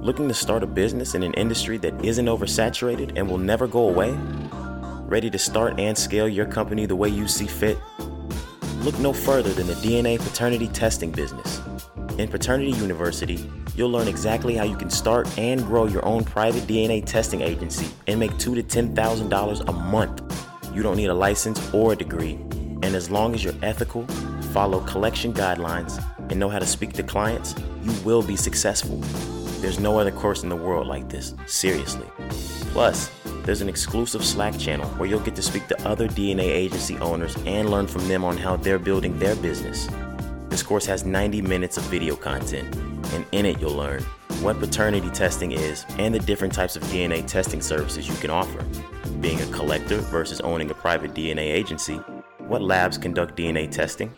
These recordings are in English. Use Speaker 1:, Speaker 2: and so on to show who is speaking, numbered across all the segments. Speaker 1: Looking to start a business in an industry that isn't oversaturated and will never go away? Ready to start and scale your company the way you see fit? Look no further than the DNA paternity testing business. In Paternity University, you'll learn exactly how you can start and grow your own private DNA testing agency and make two to ten thousand dollars a month. You don't need a license or a degree, and as long as you're ethical, follow collection guidelines, and know how to speak to clients, you will be successful. There's no other course in the world like this, seriously. Plus, there's an exclusive Slack channel where you'll get to speak to other DNA agency owners and learn from them on how they're building their business. This course has 90 minutes of video content, and in it, you'll learn what paternity testing is and the different types of DNA testing services you can offer, being a collector versus owning a private DNA agency, what labs conduct DNA testing,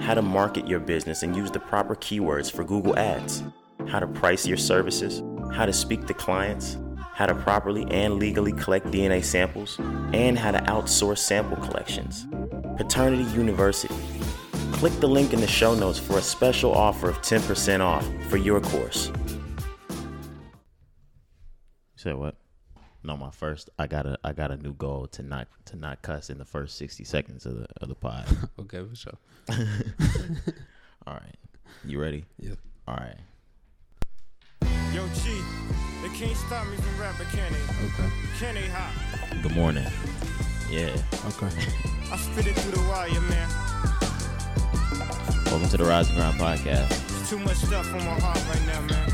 Speaker 1: how to market your business and use the proper keywords for Google Ads, how to price your services, how to speak to clients, how to properly and legally collect DNA samples, and how to outsource sample collections. Paternity University. Click the link in the show notes for a special offer of 10% off for your course. Said what? No, my first. I got a I got a new goal to not to not cuss in the first sixty seconds of the of the pod.
Speaker 2: Okay, for sure.
Speaker 1: All right, you ready?
Speaker 2: Yeah.
Speaker 1: All right.
Speaker 3: Yo, G, they can't stop me from rapping, can they?
Speaker 2: Okay.
Speaker 3: Can they hop?
Speaker 1: Good morning. Yeah.
Speaker 2: Okay.
Speaker 3: I spit it through the wire, man.
Speaker 1: Welcome to the Rising Ground podcast.
Speaker 3: There's too much stuff on my heart right now, man.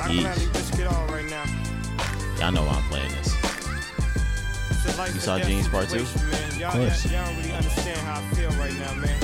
Speaker 3: I
Speaker 1: Yeesh.
Speaker 3: gladly risk it all right now.
Speaker 1: Y'all know why I'm playing this.
Speaker 3: It's a life
Speaker 1: You
Speaker 3: or
Speaker 1: saw
Speaker 3: death
Speaker 1: Jeans Part Two?
Speaker 3: situation, Man. Y'all,
Speaker 2: course.
Speaker 3: y'all don't really understand how I feel right now, man.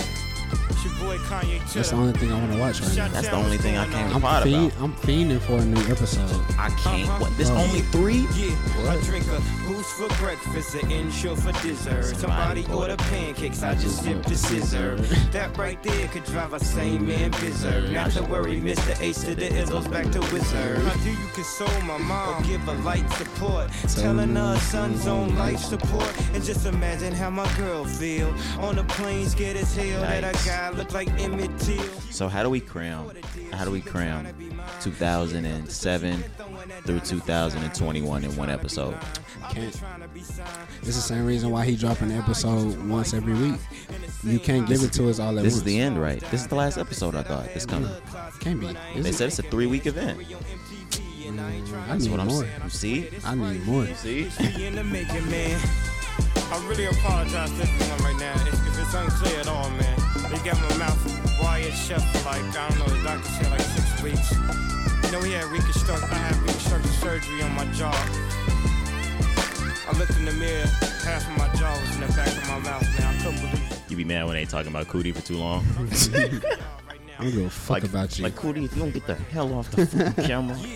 Speaker 3: It's your boy Kanye
Speaker 2: That's the
Speaker 3: Titter.
Speaker 2: only thing I want to watch right
Speaker 3: Shout
Speaker 2: now.
Speaker 1: That's the
Speaker 3: out
Speaker 1: only
Speaker 3: what's
Speaker 1: thing I
Speaker 3: going
Speaker 1: came
Speaker 3: on.
Speaker 2: I'm,
Speaker 1: What
Speaker 2: fiend,
Speaker 1: about?
Speaker 2: I'm fiending for a new episode.
Speaker 1: I can't.
Speaker 3: Uh-huh.
Speaker 1: What? There's
Speaker 2: Oh.
Speaker 1: only three?
Speaker 3: Yeah, I drink a boost for breakfast, an insure for dessert.
Speaker 1: Somebody
Speaker 3: Somebody order pancakes, I just dip the scissor. That right there could drive a sane man bizzard. Not to worry, Mr. Ace to the Izzles back to wizard. How do you console my mom? Or give a light support, telling her son's on life support. And just imagine how my girl feel on the plane, scared as hell that I
Speaker 1: Yikes.
Speaker 3: got look like Emmett Till.
Speaker 1: So how do we cram? How do we cram 2007 through 2021 in one episode?
Speaker 2: Can't. It's the same reason why he dropping an episode once every week. You can't give it to us all at
Speaker 1: This is
Speaker 2: once.
Speaker 1: the end, right? This is the last episode. I thought it's coming.
Speaker 2: Can't be. Mm,
Speaker 1: They said it's a three-week event.
Speaker 2: I need
Speaker 1: What I'm
Speaker 2: more.
Speaker 1: saying. You see?
Speaker 2: I need more.
Speaker 1: See?
Speaker 3: in the making, man. I really apologize to everyone right now if, if it's unclear at all, man. They got my mouth wired shut for like, I don't know, the doctor said like six weeks. You know, we had reconstruct, I had reconstructive surgery on my jaw. I looked in the mirror, half of my jaw was in the back of my mouth, man. I couldn't believe it.
Speaker 1: You be mad when they talking about cootie for too long?
Speaker 3: Right now.
Speaker 2: I don't give a fuck about you.
Speaker 1: Like cootie, if you don't get the hell off the fucking camera.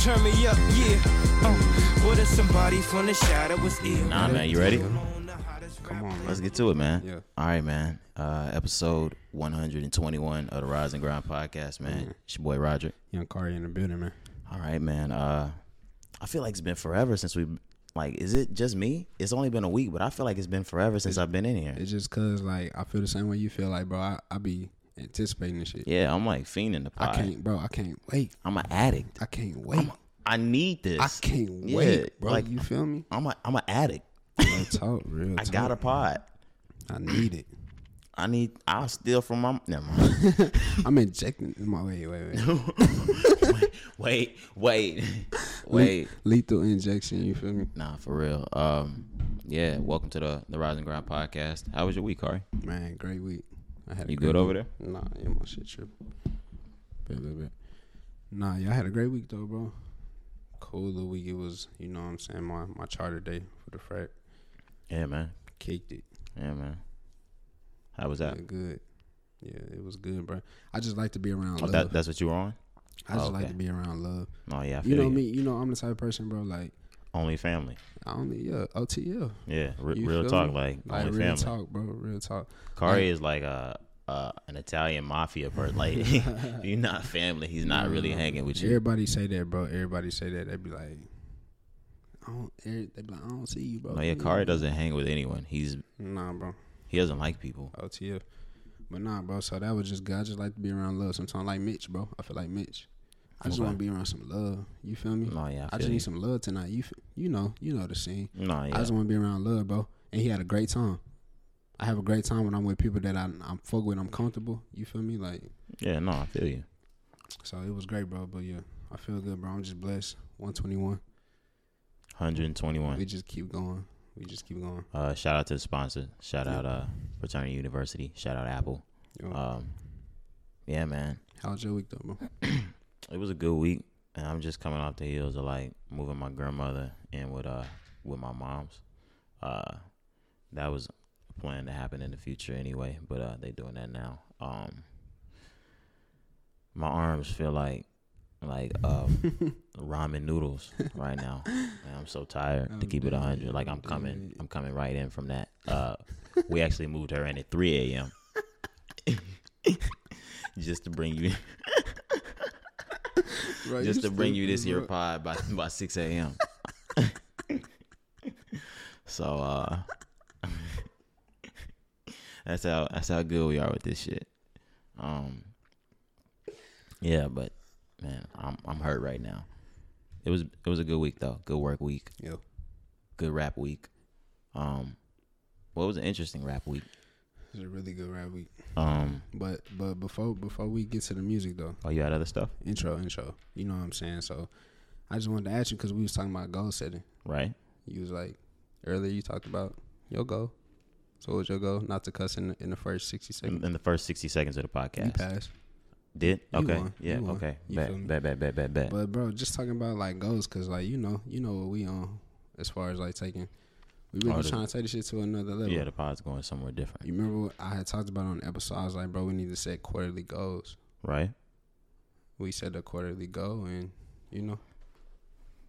Speaker 3: Turn me up, yeah. Oh, what if somebody from the shadow was ill?
Speaker 1: Nah, man. You ready?
Speaker 2: Come on, man.
Speaker 1: Let's get to it, man.
Speaker 2: Yeah.
Speaker 1: All right, man. Uh, episode 121 of the Rise and Grind podcast, man. It's your boy Roger.
Speaker 2: Young Kari in the building, man.
Speaker 1: All right, man. Uh, I feel like it's been forever since we like. Is it just me? It's only been a week, but I feel like it's been forever since I've been in here.
Speaker 2: It's just cause like I feel the same way you feel. Like, bro, I, I be anticipating this shit.
Speaker 1: Yeah, I'm like fiending the
Speaker 2: I
Speaker 1: pot.
Speaker 2: can't, bro. I can't wait.
Speaker 1: I'm an addict.
Speaker 2: I can't wait.
Speaker 1: I need this.
Speaker 2: I can't
Speaker 1: Yeah,
Speaker 2: wait, bro.
Speaker 1: Like
Speaker 2: you feel me?
Speaker 1: I'm a I'm an addict.
Speaker 2: Real talk, real
Speaker 1: I got a pod.
Speaker 2: I need it.
Speaker 1: I need. I'll steal from my. Never mind.
Speaker 2: I'm injecting my wait, wait, wait.
Speaker 1: wait, wait, wait.
Speaker 2: Lethal injection. You feel me?
Speaker 1: Nah, for real. Um, yeah. Welcome to the the Rising Ground podcast. How was your week, Kari?
Speaker 2: Man, great week. I had a
Speaker 1: You
Speaker 2: great
Speaker 1: good over
Speaker 2: week.
Speaker 1: there?
Speaker 2: Nah, yeah, my shit tripping. Bet, bet, bet. Nah, y'all had a great week though, bro. Cool the week it was. You know what I'm saying? My my charter day for the frat.
Speaker 1: Yeah, man.
Speaker 2: Kicked it.
Speaker 1: Yeah, man. How was that?
Speaker 2: Felt good. Yeah, it was good, bro. I just like to be around
Speaker 1: Oh,
Speaker 2: love.
Speaker 1: that that's what you were on.
Speaker 2: I just
Speaker 1: oh,
Speaker 2: like
Speaker 1: okay.
Speaker 2: to be around love.
Speaker 1: Oh yeah, I feel
Speaker 2: You know me. You know I'm the type of person, bro. Like
Speaker 1: Only family.
Speaker 2: I only yeah OTL.
Speaker 1: Yeah, re-
Speaker 2: You
Speaker 1: real
Speaker 2: feel
Speaker 1: talk.
Speaker 2: me?
Speaker 1: Like,
Speaker 2: Like
Speaker 1: only
Speaker 2: real
Speaker 1: family.
Speaker 2: talk, bro. Real talk.
Speaker 1: Kari is like a uh, an Italian mafia person. Like, if you're not family. He's not really hanging with you.
Speaker 2: Everybody say that, bro. Everybody say that. They be like, I don't. every- They be like, I don't see you, bro.
Speaker 1: No, yeah,
Speaker 2: You-
Speaker 1: Kari doesn't hang with anyone. He's
Speaker 2: Nah, bro.
Speaker 1: he doesn't like people.
Speaker 2: OTF. But nah, bro. So that was just good. I just like to be around love. Sometimes like Mitch, bro. I feel like Mitch. I just
Speaker 1: Okay.
Speaker 2: want to be around some love. You feel me?
Speaker 1: No, yeah, I
Speaker 2: Mm. I,
Speaker 1: feel
Speaker 2: just
Speaker 1: you.
Speaker 2: need some love tonight. You f- you know you know the scene.
Speaker 1: Nah, yeah.
Speaker 2: I just want to be around love, bro. And he had a great time. I have a great time when I'm with people that I, I'm fuck with. I'm comfortable. You feel me? Like
Speaker 1: yeah, no, I feel you.
Speaker 2: so, it was great, bro. But yeah, I feel good, bro. I'm just blessed. 121. We
Speaker 1: 121.
Speaker 2: just keep going. We just keep going.
Speaker 1: Uh, shout out to the sponsor. Shout out uh, Fraternity University. Shout out Apple.
Speaker 2: Yo,
Speaker 1: Um, yeah, man.
Speaker 2: how's your week though, bro?
Speaker 1: It was a good week, and I'm just coming off the heels of like moving my grandmother in with uh with my mom's. Uh, that was a plan to happen in the future anyway, but uh, they doing that now. Um, my arms feel like like um ramen noodles right now. Man, I'm so tired to
Speaker 2: I'm
Speaker 1: keep it
Speaker 2: dead.
Speaker 1: 100. Like I'm
Speaker 2: I'm
Speaker 1: coming,
Speaker 2: dead.
Speaker 1: I'm coming right in from that. Uh, we actually moved her in at 3 a.m. just to bring you
Speaker 2: Right,
Speaker 1: just to bring you
Speaker 2: stupid,
Speaker 1: this here
Speaker 2: bro.
Speaker 1: pod by by six a.m. so uh, that's how that's how good we are with this shit. Um, yeah, but man, I'm I'm hurt right now. It was it was a good week though. Good work week.
Speaker 2: Yo,
Speaker 1: Good rap week. Um, what was an interesting rap week?
Speaker 2: it's a really good rap week.
Speaker 1: Um,
Speaker 2: But but before before we get to the music though,
Speaker 1: oh, you had other stuff,
Speaker 2: intro intro. You know what I'm saying? So I just wanted to ask you because we was talking about goal setting.
Speaker 1: right?
Speaker 2: You was like earlier you talked about your goal. So what was your goal? Not to cuss in the, in the first sixty
Speaker 1: In,
Speaker 2: seconds.
Speaker 1: in the first sixty seconds of the
Speaker 2: You
Speaker 1: podcast,
Speaker 2: passed.
Speaker 1: did
Speaker 2: You
Speaker 1: okay,
Speaker 2: won.
Speaker 1: yeah,
Speaker 2: You won.
Speaker 1: okay,
Speaker 2: You feel me?
Speaker 1: bet, bet, bet, bet, bet, bet.
Speaker 2: But bro, just talking about like goals because like you know you know what we on as far as like taking. We
Speaker 1: Oh,
Speaker 2: really
Speaker 1: the-
Speaker 2: trying to take this shit to another level.
Speaker 1: Yeah, the pod's going somewhere different,
Speaker 2: You remember what I had talked about on the episode? I was like, bro, we need to set quarterly goals.
Speaker 1: right?
Speaker 2: We set a quarterly goal, and you know,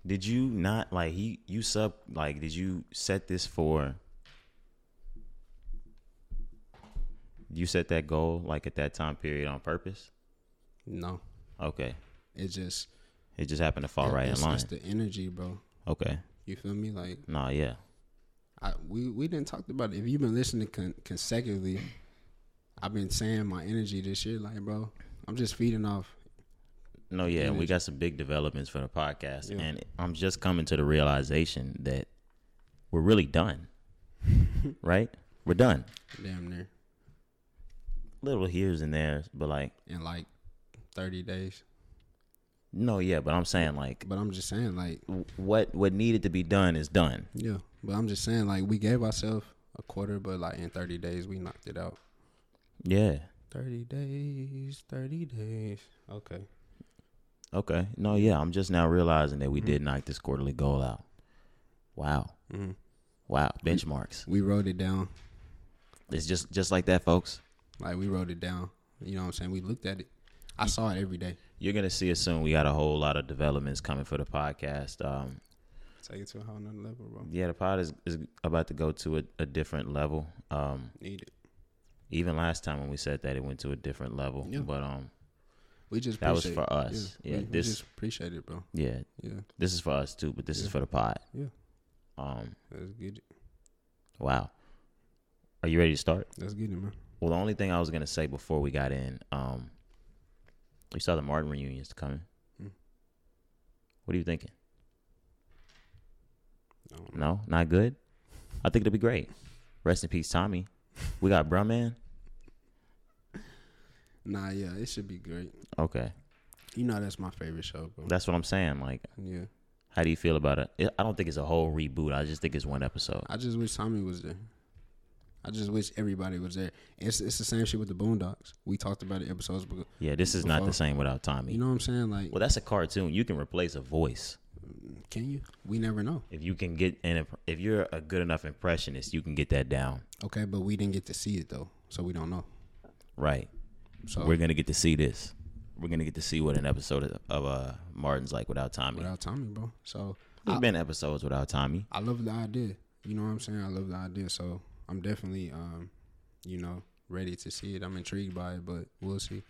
Speaker 1: Did you not like he? You sub like? Did you set this for? You set that goal like at that time period on purpose.
Speaker 2: no,
Speaker 1: Okay,
Speaker 2: it just
Speaker 1: it just happened to fall right in
Speaker 2: it's,
Speaker 1: line.
Speaker 2: It's the energy, bro.
Speaker 1: Okay,
Speaker 2: You feel me? Like
Speaker 1: nah, yeah,
Speaker 2: I, we we didn't talk about it. If you've been listening con- consecutively, I've been saying my energy this year. Like, bro, I'm just feeding off.
Speaker 1: no, yeah. We
Speaker 2: Energy.
Speaker 1: got some big developments for the podcast,
Speaker 2: Yeah.
Speaker 1: and I'm just coming to the realization that we're really done. right, we're done.
Speaker 2: Damn near
Speaker 1: Little here's and there's, but like,
Speaker 2: in like 30 days.
Speaker 1: no, yeah. But I'm saying like,
Speaker 2: But I'm just saying, like,
Speaker 1: w- what what needed to be done is done.
Speaker 2: yeah. But I'm just saying, like, we gave ourselves a quarter, but like in 30 days, we knocked it out.
Speaker 1: Yeah.
Speaker 2: 30 days, 30 days. Okay.
Speaker 1: Okay. No, yeah. Mm. I'm just now realizing that we did knock this quarterly goal out. Wow.
Speaker 2: Mhm.
Speaker 1: Wow. Benchmarks.
Speaker 2: We wrote it down.
Speaker 1: It's just just like that, folks.
Speaker 2: Like, we wrote it down. You know what I'm saying? We looked at it. I saw it every day.
Speaker 1: You're gonna see us soon. We got a whole lot of developments coming for the podcast. Um,
Speaker 2: Take it to a whole nother level, bro.
Speaker 1: yeah, the pod is, is about to go to a, a different level. Um,
Speaker 2: Need it.
Speaker 1: even last time when we said that, it went to a different level.
Speaker 2: Yeah.
Speaker 1: But um,
Speaker 2: We just
Speaker 1: That was
Speaker 2: appreciate
Speaker 1: for
Speaker 2: it.
Speaker 1: us. Yeah,
Speaker 2: we,
Speaker 1: this-
Speaker 2: we just appreciate it, bro.
Speaker 1: yeah,
Speaker 2: Yeah,
Speaker 1: this is for us too, but this is
Speaker 2: Yeah.
Speaker 1: for the pod.
Speaker 2: Yeah.
Speaker 1: Um,
Speaker 2: let's get it.
Speaker 1: wow. Are you ready to start?
Speaker 2: Let's get it, man.
Speaker 1: Well, the only thing I was gonna say before we got in, um, we saw the Martin reunions coming.
Speaker 2: Hmm.
Speaker 1: What are you thinking?
Speaker 2: I don't know.
Speaker 1: No, not good. I think it'll be great. Rest in peace, Tommy. We got Brumman.
Speaker 2: Nah, yeah, it should be great.
Speaker 1: Okay,
Speaker 2: You know that's my favorite show, bro.
Speaker 1: that's what I'm saying. Like,
Speaker 2: yeah,
Speaker 1: how do you feel about it? It- I don't think it's a whole reboot. I just think it's one episode.
Speaker 2: I just wish Tommy was there. I just wish everybody was there. It's it's the same shit with the Boondocks. We talked about it episodes ago.
Speaker 1: Yeah, this is not the
Speaker 2: Before-
Speaker 1: same without Tommy.
Speaker 2: You know what I'm saying? Like,
Speaker 1: well, that's a cartoon. You can replace a voice
Speaker 2: can you? We never know.
Speaker 1: if you can get an. imp- If you're a good enough impressionist, you can get that down.
Speaker 2: Okay, but we didn't get to see it though, so we don't know.
Speaker 1: Right.
Speaker 2: So
Speaker 1: We're gonna get to see this. We're gonna get to see what an episode of, of uh, Martin's like without Tommy.
Speaker 2: without Tommy, bro. So
Speaker 1: There's been episodes without Tommy.
Speaker 2: I love the idea. You know what I'm saying? I love the idea. So I'm definitely, um, you know, ready to see it. I'm intrigued by it, but we'll see.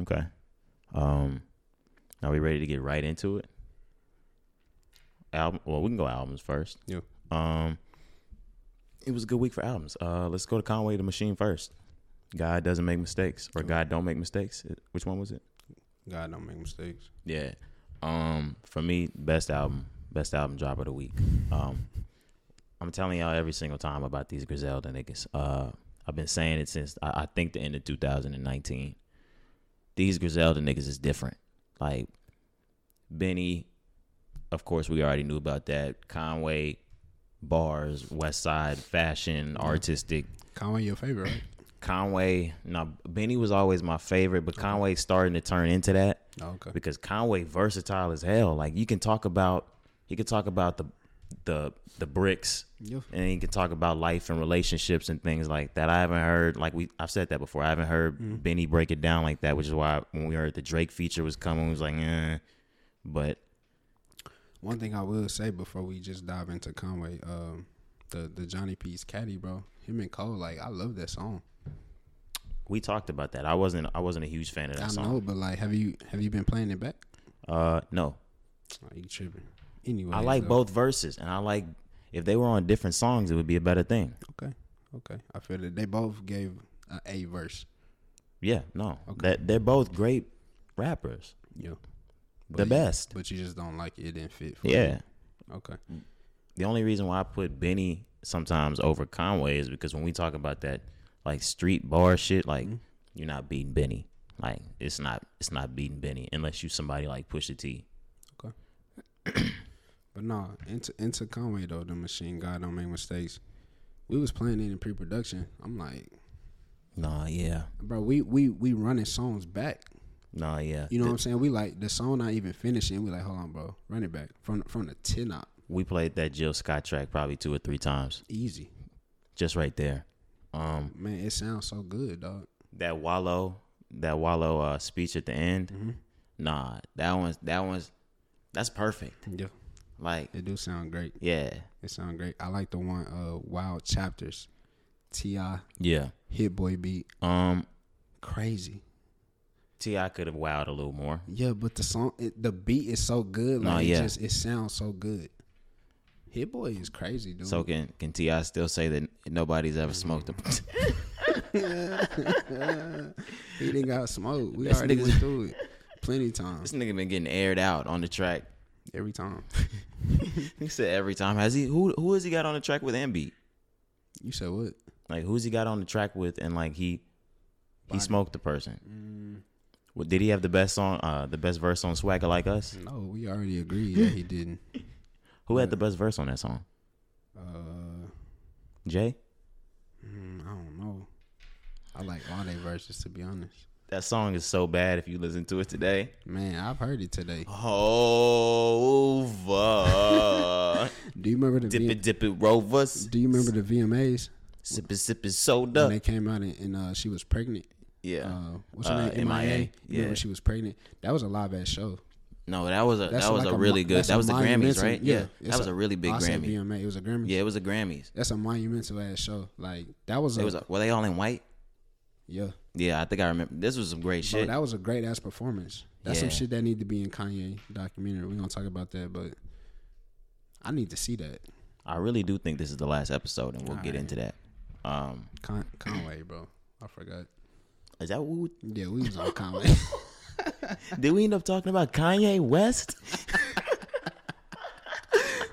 Speaker 1: Okay. Um, are we ready to get right into it? Album. Well, we can go albums first.
Speaker 2: Yeah.
Speaker 1: Um, it was a good week for albums. Uh, let's go to Conway the Machine first. God doesn't make mistakes, or God don't make mistakes. It- Which one was it?
Speaker 2: God don't make mistakes.
Speaker 1: Yeah. Um, for me, best album, best album drop of the week. Um, I'm telling y'all every single time about these Griselda niggas. Uh, I've been saying it since I, I think the end of 2019. These Griselda niggas is different. Like Benny, of course, we already knew about that. Conway, bars, West Side, fashion, artistic.
Speaker 2: Conway, your favorite, right?
Speaker 1: Conway, now Benny was always my favorite, but Conway's starting to turn into that
Speaker 2: Oh, okay.
Speaker 1: because Conway versatile as hell. Like you can talk about he could talk about the the the bricks
Speaker 2: Yeah.
Speaker 1: and he could talk about life and relationships and things like that. I haven't heard like we I've said that before. I haven't heard
Speaker 2: Mm-hmm.
Speaker 1: Benny break it down like that, which is why when we heard the Drake feature was coming, we was like, eh. But
Speaker 2: One thing I will say before we just dive into Conway, um, the the Johnny P's Caddy, bro, him and Cole, like I love that song.
Speaker 1: we talked about that. I wasn't I wasn't a huge fan of that
Speaker 2: I
Speaker 1: song.
Speaker 2: know, but like, have you have you been playing it back?
Speaker 1: Uh no.
Speaker 2: Oh, you tripping? Anyway,
Speaker 1: I like
Speaker 2: so-
Speaker 1: both verses and I like if they were on different songs it would be a better thing.
Speaker 2: Okay, okay, I feel that they both gave a A verse.
Speaker 1: Yeah, no. That they're both great rappers.
Speaker 2: Yeah,
Speaker 1: the best.
Speaker 2: but you just don't like it. It didn't fit. For
Speaker 1: Yeah.
Speaker 2: You. Okay.
Speaker 1: The only reason why I put Benny sometimes over Conway is because when we talk about that like street bar shit, like you're not beating Benny. Like it's not it's not beating Benny unless you somebody like Pusha T.
Speaker 2: Okay. but nah, into into Conway though, the machine God don't make mistakes. We was playing it in pre production. I'm like,
Speaker 1: Nah, yeah.
Speaker 2: bro, we we we running songs back.
Speaker 1: Nah, yeah.
Speaker 2: You know what I'm saying? We like the song not even finishing. We like, hold on, bro, run it back from from the ten up,
Speaker 1: we played that Jill Scott track probably two or three times.
Speaker 2: easy.
Speaker 1: Just right there. Um
Speaker 2: Man, it sounds so good, dog.
Speaker 1: that Wallow that Wallow uh speech at the end. Nah, that one's that one's that's perfect.
Speaker 2: Yeah,
Speaker 1: Like
Speaker 2: it do sound great.
Speaker 1: yeah.
Speaker 2: It sound great. I like the one uh Wild Chapters, Ti
Speaker 1: Yeah.
Speaker 2: Hit Boy beat,
Speaker 1: Um
Speaker 2: crazy.
Speaker 1: T.I. could have wowed a little more.
Speaker 2: Yeah, but the song, it, the beat is so good.
Speaker 1: Nah,
Speaker 2: Like,
Speaker 1: yeah.
Speaker 2: it just it sounds so good. Hit Boy is crazy, dude.
Speaker 1: So can can Ti still say that nobody's ever smoked him?
Speaker 2: he didn't got smoked. We
Speaker 1: This
Speaker 2: already
Speaker 1: nigga's-
Speaker 2: went through it plenty
Speaker 1: this
Speaker 2: times.
Speaker 1: nigga been getting aired out on the track.
Speaker 2: Every time
Speaker 1: He said every time has he who who has he got on the track with MB?
Speaker 2: you said what?
Speaker 1: Like who's he got on the track with? And like he he smoked the person. Well, did he have the best song? Uh, the best verse on Swagger Like Us?
Speaker 2: No, we already agreed that he didn't.
Speaker 1: Who had the best verse on that song?
Speaker 2: Uh,
Speaker 1: Jay.
Speaker 2: mm, I don't know. I like all they verses to be honest.
Speaker 1: That song is so bad. If you listen to it today,
Speaker 2: Man, I've heard it today.
Speaker 1: over.
Speaker 2: Do you remember the
Speaker 1: dip
Speaker 2: V-
Speaker 1: it, dip it, Rovers.
Speaker 2: Do you remember the VMAs
Speaker 1: Sip it, sip it,
Speaker 2: when
Speaker 1: soda.
Speaker 2: they came out and, and uh, she was pregnant?
Speaker 1: Yeah.
Speaker 2: Uh, what's her
Speaker 1: Uh,
Speaker 2: name? MIA.
Speaker 1: MIA,
Speaker 2: You remember
Speaker 1: yeah.
Speaker 2: she was pregnant? That was a live ass show.
Speaker 1: No, that was a
Speaker 2: That's
Speaker 1: that was
Speaker 2: like
Speaker 1: a
Speaker 2: mo-
Speaker 1: really good.
Speaker 2: that's
Speaker 1: That
Speaker 2: a
Speaker 1: was the Grammys,
Speaker 2: monumental-
Speaker 1: right? Yeah,
Speaker 2: it's
Speaker 1: that was a really big
Speaker 2: I said
Speaker 1: Grammy.
Speaker 2: VMA. It was a Grammy.
Speaker 1: Yeah, it was a Grammys.
Speaker 2: that's a monumental ass show. Like that was a,
Speaker 1: It was a, were they all in white?
Speaker 2: yeah.
Speaker 1: Yeah, I think I remember. This was some great
Speaker 2: Bro,
Speaker 1: shit.
Speaker 2: that was a great ass performance. That's some
Speaker 1: Yeah.
Speaker 2: shit that need to be in Kanye documentary. We gonna talk about that, but I need to see that
Speaker 1: I really do think this is the last episode, and we'll get into that. Um,
Speaker 2: Con- Conway, bro. I forgot.
Speaker 1: is that what
Speaker 2: Yeah, we was on Conway.
Speaker 1: did we end up talking about? Kanye West?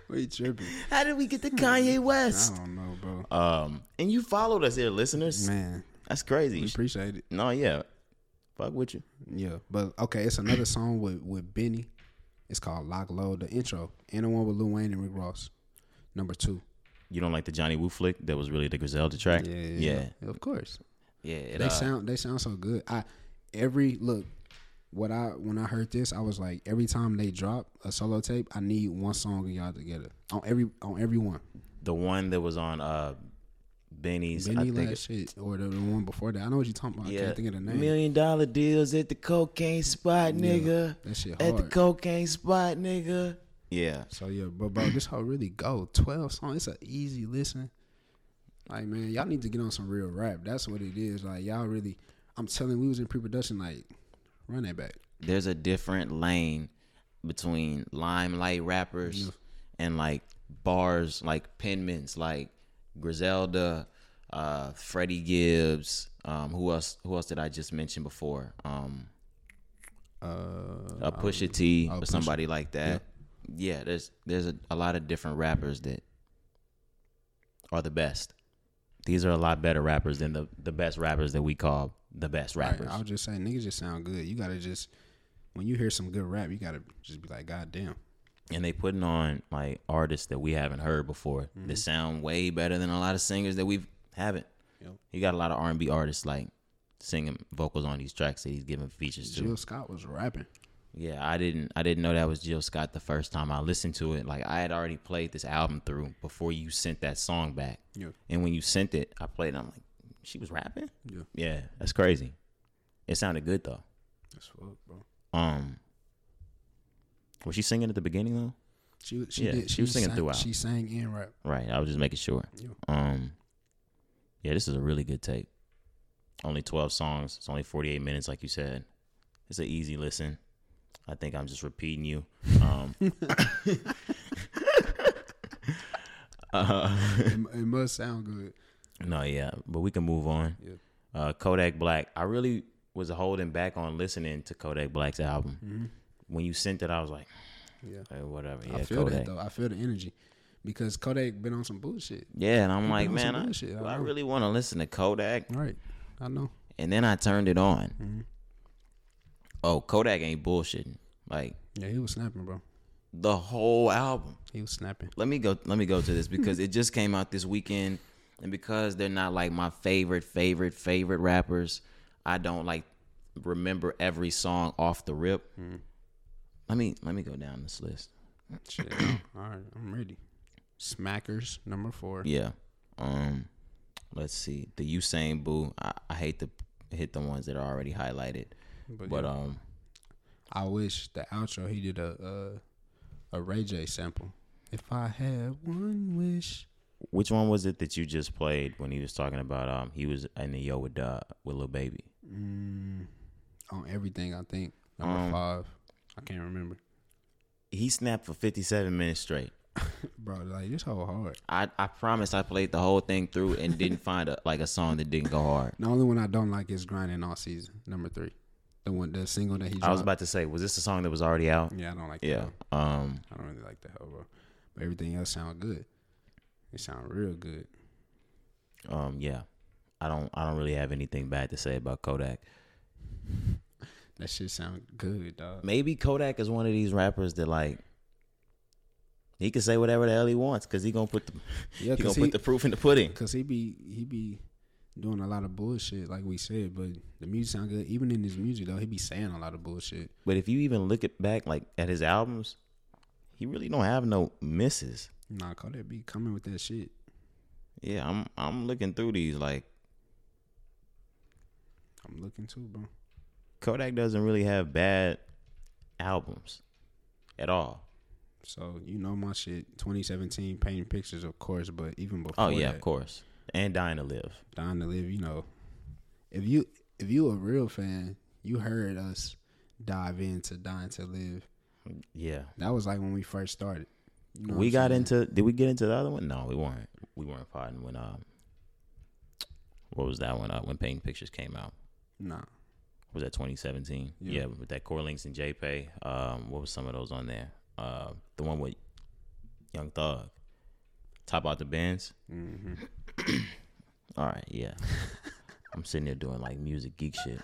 Speaker 2: we tripping.
Speaker 1: How did we get to Kanye
Speaker 2: I
Speaker 1: West?
Speaker 2: don't know, bro.
Speaker 1: Um, and you followed us here, listeners.
Speaker 2: Man,
Speaker 1: That's
Speaker 2: we
Speaker 1: crazy.
Speaker 2: appreciate it.
Speaker 1: No, yeah, fuck with you.
Speaker 2: Yeah, but okay, it's another song with with Benny. It's called Lock Low, the intro, and the one with Lil Wayne and Rick Ross, number two.
Speaker 1: You don't like the Johnny Woo flick that was really the Griselda track? yeah,
Speaker 2: of course.
Speaker 1: yeah. it,
Speaker 2: They
Speaker 1: uh,
Speaker 2: sound they sound so good. I every look what I when I heard this, I was like, every time they drop a solo tape, I need one song of y'all together on every on every one.
Speaker 1: the one that was on uh, Benny's. I
Speaker 2: Benny
Speaker 1: think it-
Speaker 2: last shit or the, the one before that. I know what you're talking about. I can't think of the name.
Speaker 1: Million dollar deals at the cocaine spot, nigga.
Speaker 2: that shit
Speaker 1: At the
Speaker 2: hard.
Speaker 1: cocaine spot, nigga. Yeah.
Speaker 2: So yeah, but bro, this whole really go twelve song. It's an easy listen. Like man, y'all need to get on some real rap. That's what it is. Like y'all really, I'm telling, we was in pre-production. Like run that back.
Speaker 1: There's a different lane between limelight rappers and like bars, like Penmans, like Griselda, uh, Freddie Gibbs. Um, who else? Who else did I just mention before? Um,
Speaker 2: Uh,
Speaker 1: a Pusha T
Speaker 2: Oh,
Speaker 1: or
Speaker 2: Pusha.
Speaker 1: somebody like that. Yeah, there's there's a, a lot of different rappers that are the best. These are a lot better rappers than the the best rappers that we call the best
Speaker 2: Right,
Speaker 1: rappers.
Speaker 2: I was just saying, niggas just sound good. You gotta just when you hear some good rap, you gotta just be like, God damn.
Speaker 1: and they putting on like artists that we haven't heard before
Speaker 2: Mm-hmm.
Speaker 1: that sound way better than a lot of singers that we've haven't.
Speaker 2: Yep.
Speaker 1: You got a lot of R and B artists like singing vocals on these tracks that he's giving features to.
Speaker 2: Jill Scott was rapping.
Speaker 1: Yeah, I didn't I didn't know that was Jill Scott the first time I listened to it. Like I had already played this album through before you sent that song back.
Speaker 2: Yeah.
Speaker 1: And when you sent it, I played it. I'm like, she was rapping?
Speaker 2: Yeah.
Speaker 1: Yeah, that's crazy. It sounded good though.
Speaker 2: That's fuck, bro.
Speaker 1: Um Was she singing at the beginning though?
Speaker 2: She was- she
Speaker 1: Yeah,
Speaker 2: did,
Speaker 1: she was singing
Speaker 2: sang,
Speaker 1: throughout.
Speaker 2: She sang in rap.
Speaker 1: Right. I was just making sure.
Speaker 2: Yeah.
Speaker 1: Um Yeah, this is a really good tape. Only twelve songs. It's only forty eight minutes, like you said. It's an easy listen. I think I'm just repeating you. Um uh,
Speaker 2: it, it must sound good.
Speaker 1: No, yeah, but we can move on.
Speaker 2: Yeah.
Speaker 1: Uh, Kodak Black. I really was holding back on listening to Kodak Black's album. When you sent it, I was like,
Speaker 2: Yeah.
Speaker 1: eh, whatever. Yeah,
Speaker 2: Mm-hmm. I feel
Speaker 1: Kodak.
Speaker 2: that though. I feel the energy because Kodak been on some bullshit.
Speaker 1: Yeah, and I'm
Speaker 2: He
Speaker 1: like,
Speaker 2: doing some
Speaker 1: man, I,
Speaker 2: bullshit, I
Speaker 1: do I
Speaker 2: know."
Speaker 1: really want to listen to Kodak.
Speaker 2: Right. I know.
Speaker 1: And then I turned it on. Oh, Kodak ain't bullshitting. Like
Speaker 2: Yeah, he was snapping, bro.
Speaker 1: the whole album.
Speaker 2: He was snapping.
Speaker 1: let me go let me go to this because it just came out this weekend and because they're not like my favorite favorite favorite rappers i don't like remember every song off the rip let me let me go down this list
Speaker 2: Shit. All right, I'm ready. Smackers number four.
Speaker 1: yeah um let's see the usain boo i, I hate to hit the ones that are already highlighted
Speaker 2: But,
Speaker 1: but
Speaker 2: yeah.
Speaker 1: um
Speaker 2: I wish the outro he did a a, a Ray J sample. If I had one wish,
Speaker 1: which one was it that you just played when he was talking about um he was in the yo with uh with lil baby
Speaker 2: mm, on everything, I think number
Speaker 1: Um,
Speaker 2: five. I can't remember,
Speaker 1: he snapped for 57 minutes straight
Speaker 2: bro. Like this whole hard.
Speaker 1: I, I promise I played the whole thing through and didn't find a, like a song that didn't go hard.
Speaker 2: The only one I don't like is grinding all season. Number three, the one the single that he. Dropped.
Speaker 1: I was about to say, was this a song that was already out?
Speaker 2: Yeah, I don't like.
Speaker 1: Yeah.
Speaker 2: That.
Speaker 1: Um,
Speaker 2: I don't really like that hoe, bro. But everything else sound good. It sound real good.
Speaker 1: um, yeah. I don't I don't really have anything bad to say about Kodak.
Speaker 2: That shit sound good, dog.
Speaker 1: Maybe Kodak is one of these rappers that like he can say whatever the hell he wants because he gonna put the
Speaker 2: Yeah,
Speaker 1: he gonna
Speaker 2: cause he,
Speaker 1: put the proof in the pudding.
Speaker 2: cause he be he be doing a lot of bullshit, like we said. But the music sound good. Even in his music though, he be saying a lot of bullshit.
Speaker 1: But if you even look at back like at his albums, he really don't have no misses.
Speaker 2: Nah, Kodak be coming with that shit.
Speaker 1: Yeah, I'm I'm looking through these like
Speaker 2: I'm looking too, bro.
Speaker 1: Kodak doesn't really have bad albums at all.
Speaker 2: So you know my shit. 2017, painting pictures, of course. But even before,
Speaker 1: Oh yeah,
Speaker 2: that,
Speaker 1: of course. And dying to live.
Speaker 2: Dying to Live, you know, if you if you a real fan, you heard us dive into Dying to Live.
Speaker 1: Yeah.
Speaker 2: That was like when we first started. You know
Speaker 1: we
Speaker 2: what I'm
Speaker 1: got
Speaker 2: saying?
Speaker 1: into did we get into the other one? No, we weren't. We weren't podding when um what was that one? Uh, when Painting Pictures came out.
Speaker 2: nah.
Speaker 1: Was that twenty seventeen?
Speaker 2: Yeah.
Speaker 1: Yeah. with that Core Links and J Pay. Um what was some of those on there? Uh the one with Young Thug. Top out the bands. Mm-hmm.
Speaker 2: hmm
Speaker 1: All right, yeah. I'm sitting there doing like music geek shit.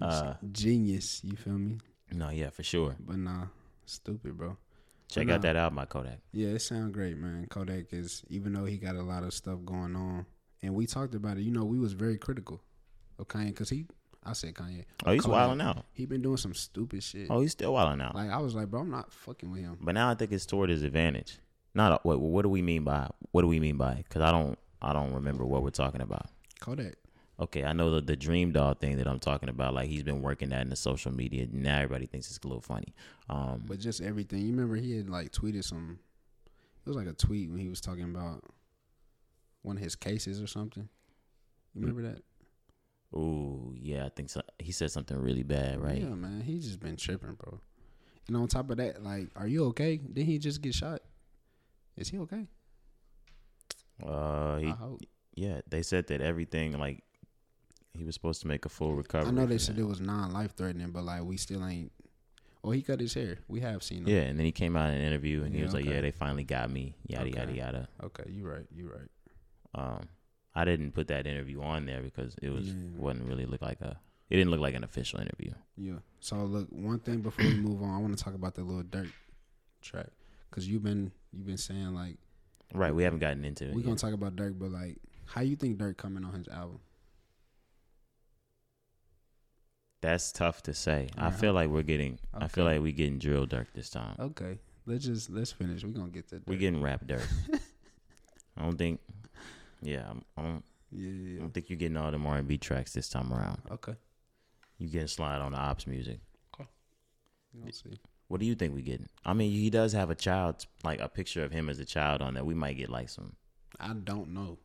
Speaker 1: Uh,
Speaker 2: Genius, you feel me?
Speaker 1: No, yeah, for sure.
Speaker 2: But nah, stupid, bro.
Speaker 1: Check
Speaker 2: Nah.
Speaker 1: out that album by Kodak.
Speaker 2: Yeah, it sound great, man. Kodak is even though he got a lot of stuff going on, and we talked about it. You know, we was very critical of Kanye because he, I said Kanye.
Speaker 1: Oh, he's
Speaker 2: Kodak.
Speaker 1: wilding out.
Speaker 2: He been doing some stupid shit.
Speaker 1: Oh, he's still wilding out.
Speaker 2: Like I was like, bro, I'm not fucking with him.
Speaker 1: But now I think it's toward his advantage. Not a- wait. What do we mean by what do we mean by? Because I don't I don't remember what we're talking about.
Speaker 2: Kodak.
Speaker 1: Okay, I know the the dream doll thing that I'm talking about. Like he's been working that in the social media. Now everybody thinks it's a little funny. Um,
Speaker 2: But just everything. You remember he had like tweeted some. It was like a tweet when he was talking about one of his cases or something. You remember that?
Speaker 1: ooh, yeah, I think so. He said something really bad, right?
Speaker 2: Yeah, man. He just been tripping, bro. And on top of that, like, are you okay? Did he just get shot? Is he okay?
Speaker 1: Uh,
Speaker 2: I
Speaker 1: he,
Speaker 2: hope.
Speaker 1: Uh, yeah, they said that everything like He was supposed to make a full recovery.
Speaker 2: I know
Speaker 1: from
Speaker 2: they said
Speaker 1: that.
Speaker 2: it was non life threatening, but like we still ain't. Well, he cut his hair. We have seen. Him.
Speaker 1: Yeah, and then he came out in an interview and he
Speaker 2: Yeah,
Speaker 1: was like,
Speaker 2: okay.
Speaker 1: "Yeah, they finally got me." Yada
Speaker 2: Okay.
Speaker 1: yada yada.
Speaker 2: Okay, you right. You right.
Speaker 1: Um, I didn't put that interview on there because it was
Speaker 2: Yeah.
Speaker 1: wasn't really look like a. It didn't look like an official interview.
Speaker 2: Yeah. So look, one thing before we move on, I want to talk about the little dirt track because you've been you've been saying like
Speaker 1: Right, we haven't gotten into it.
Speaker 2: we're gonna
Speaker 1: yet.
Speaker 2: talk about Dirk, but like how you think Dirk coming on his album?
Speaker 1: That's tough to say. I
Speaker 2: Yeah.
Speaker 1: feel like we're getting. I feel
Speaker 2: Okay.
Speaker 1: like we getting drill dirt this time.
Speaker 2: Okay, let's just let's finish. We're gonna get to Dirk.
Speaker 1: We getting rap dirt. I don't think. Yeah, I'm, I, don't,
Speaker 2: yeah,
Speaker 1: I
Speaker 2: yeah,
Speaker 1: don't think you're getting all them R&B tracks this time around.
Speaker 2: yeah. Okay.
Speaker 1: You getting slide on the ops music.
Speaker 2: You don't see.
Speaker 1: What do you think we getting? I mean, he does have a child, like a picture of him as a child on there. We might get like some.
Speaker 2: I don't know.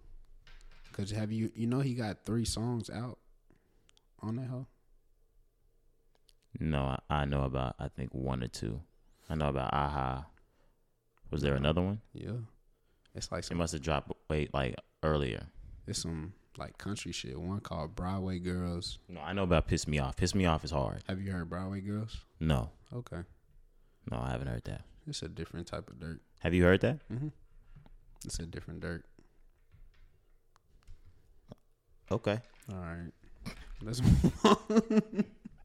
Speaker 2: Cause have you you know he got three songs out on that hoe?
Speaker 1: No, I, I know about. I think one or two. I know about Aha. Was there another one?
Speaker 2: Yeah. It's like
Speaker 1: It
Speaker 2: some
Speaker 1: must have dropped wait like earlier.
Speaker 2: it's some like country shit. One called Broadway Girls.
Speaker 1: No, I know about piss me off. Piss me off is hard.
Speaker 2: Have you heard Broadway Girls?
Speaker 1: No,
Speaker 2: Okay.
Speaker 1: no, I haven't heard that.
Speaker 2: It's a different type of dirt.
Speaker 1: Have you heard that?
Speaker 2: It's a different dirt.
Speaker 1: Okay.
Speaker 2: All right. Let's move on.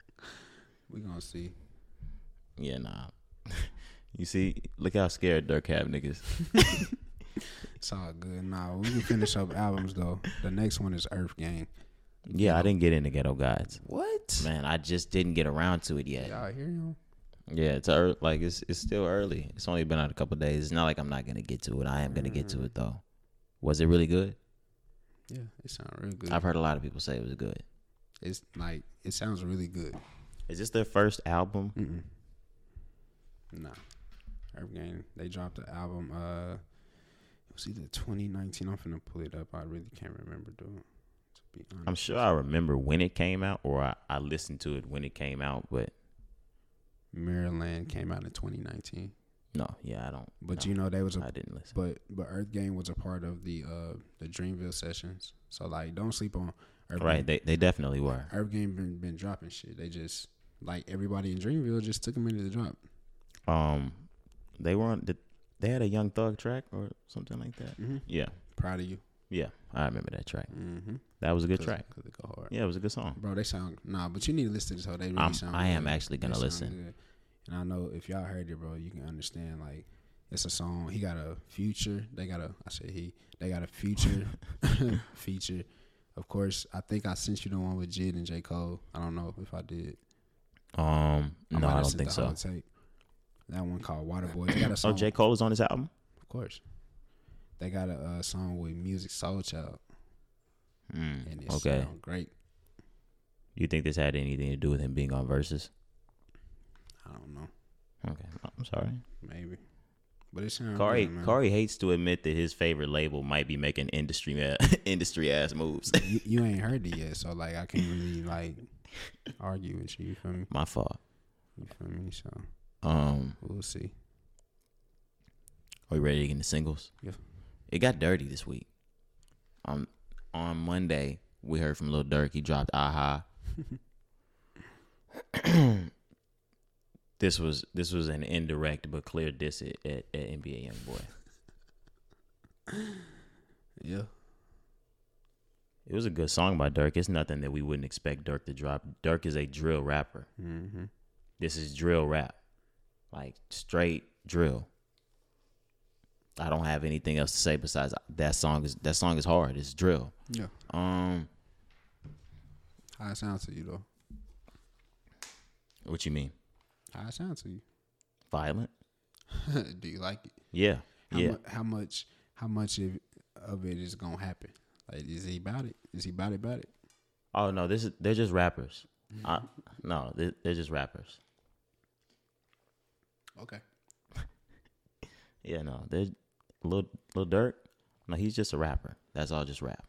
Speaker 2: we gonna see.
Speaker 1: Yeah, nah. you see, look how scared Dirk have niggas.
Speaker 2: It's all good. Nah, we can finish up albums though. The next one is Earth Gang.
Speaker 1: Yeah, I didn't get into Ghetto Gods.
Speaker 2: What?
Speaker 1: Man, I just didn't get around to it yet. Yeah,
Speaker 2: Y'all hear him?
Speaker 1: it's ear like it's it's still early. It's only been out a couple days. It's not like I'm not gonna get to it. I am gonna get to it though. Was it really good?
Speaker 2: Yeah, it sounds real good.
Speaker 1: I've heard a lot of people say it was good.
Speaker 2: It's like it sounds really good.
Speaker 1: Is this their first album?
Speaker 2: Mm-mm. Nah. Earth Gang. They dropped the album. Uh, it was either 2019. I'm finna pull it up. I really can't remember, dude. To be honest,
Speaker 1: I'm sure I remember when it came out, or I, I listened to it when it came out. But
Speaker 2: Maryland came out in 2019.
Speaker 1: no, yeah, I don't.
Speaker 2: But
Speaker 1: no,
Speaker 2: you know, they was a
Speaker 1: I didn't listen.
Speaker 2: But but Earth Gang was a part of the uh the Dreamville sessions. So like don't sleep on Earth
Speaker 1: right,
Speaker 2: Gang.
Speaker 1: they they definitely were.
Speaker 2: Earth Gang been, been dropping shit. They just like everybody in Dreamville just took a minute to drop.
Speaker 1: Um, they were on. Did, they had a Young Thug track or something like that.
Speaker 2: Mm-hmm.
Speaker 1: Yeah,
Speaker 2: Proud of you.
Speaker 1: yeah, I remember that track.
Speaker 2: Mm-hmm.
Speaker 1: That was a good track.
Speaker 2: Cause it go hard.
Speaker 1: Yeah, it was a good song.
Speaker 2: Bro, they sound nah, but you need to listen to this. How they really
Speaker 1: I'm-
Speaker 2: sound.
Speaker 1: I am
Speaker 2: good.
Speaker 1: actually gonna
Speaker 2: They sound
Speaker 1: listen.
Speaker 2: good. And I know if y'all heard it, bro, you can understand. Like it's a song. He got a future. They got a. I say he. They got a future feature. Of course, I think I sent you the one with Jid and J Cole. I don't know if I did.
Speaker 1: Um, no,
Speaker 2: I might have
Speaker 1: I don't
Speaker 2: sent
Speaker 1: think
Speaker 2: the
Speaker 1: so.
Speaker 2: whole tape. That one called Waterboy. They got a
Speaker 1: Oh,
Speaker 2: song.
Speaker 1: J Cole is on his album.
Speaker 2: Of course. They got a uh, song with Music Soul Child,
Speaker 1: Mm,
Speaker 2: and it
Speaker 1: okay,
Speaker 2: sound great.
Speaker 1: you think this had anything to do with him being on Versus?
Speaker 2: I don't know,
Speaker 1: Okay, I'm sorry.
Speaker 2: maybe, but it sounds.
Speaker 1: Corey
Speaker 2: good, man.
Speaker 1: Corey hates to admit that his favorite label might be making industry ma- industry ass moves.
Speaker 2: you, you ain't heard it yet, so like I can't really like argue with you. You feel me?
Speaker 1: My fault.
Speaker 2: You feel me? So
Speaker 1: Um,
Speaker 2: we'll see.
Speaker 1: are we ready to get into singles?
Speaker 2: Yeah.
Speaker 1: It got dirty this week. Um, on Monday we heard from Lil Durk. He dropped Aha. this was this was an indirect but clear diss at, at, at NBA YoungBoy.
Speaker 2: Yeah.
Speaker 1: It was a good song by Dirk. It's nothing that we wouldn't expect Dirk to drop. Dirk is a drill rapper.
Speaker 2: Mm-hmm.
Speaker 1: This is drill rap, like straight drill. I don't have anything else to say besides that song is that song is hard. It's drill.
Speaker 2: Yeah.
Speaker 1: Um,
Speaker 2: How it sounds to you though?
Speaker 1: what you mean?
Speaker 2: How it sounds to you?
Speaker 1: Violent?
Speaker 2: Do you like it?
Speaker 1: Yeah,
Speaker 2: How,
Speaker 1: yeah.
Speaker 2: mu- how much? How much of, of it is gonna happen? Like, is he about it? Is he about it? About it?
Speaker 1: Oh no, this is they're just rappers. I, no, they're, they're just rappers.
Speaker 2: Okay.
Speaker 1: Yeah, no, they're little little Dirk. No, he's just a rapper. That's all, just rap.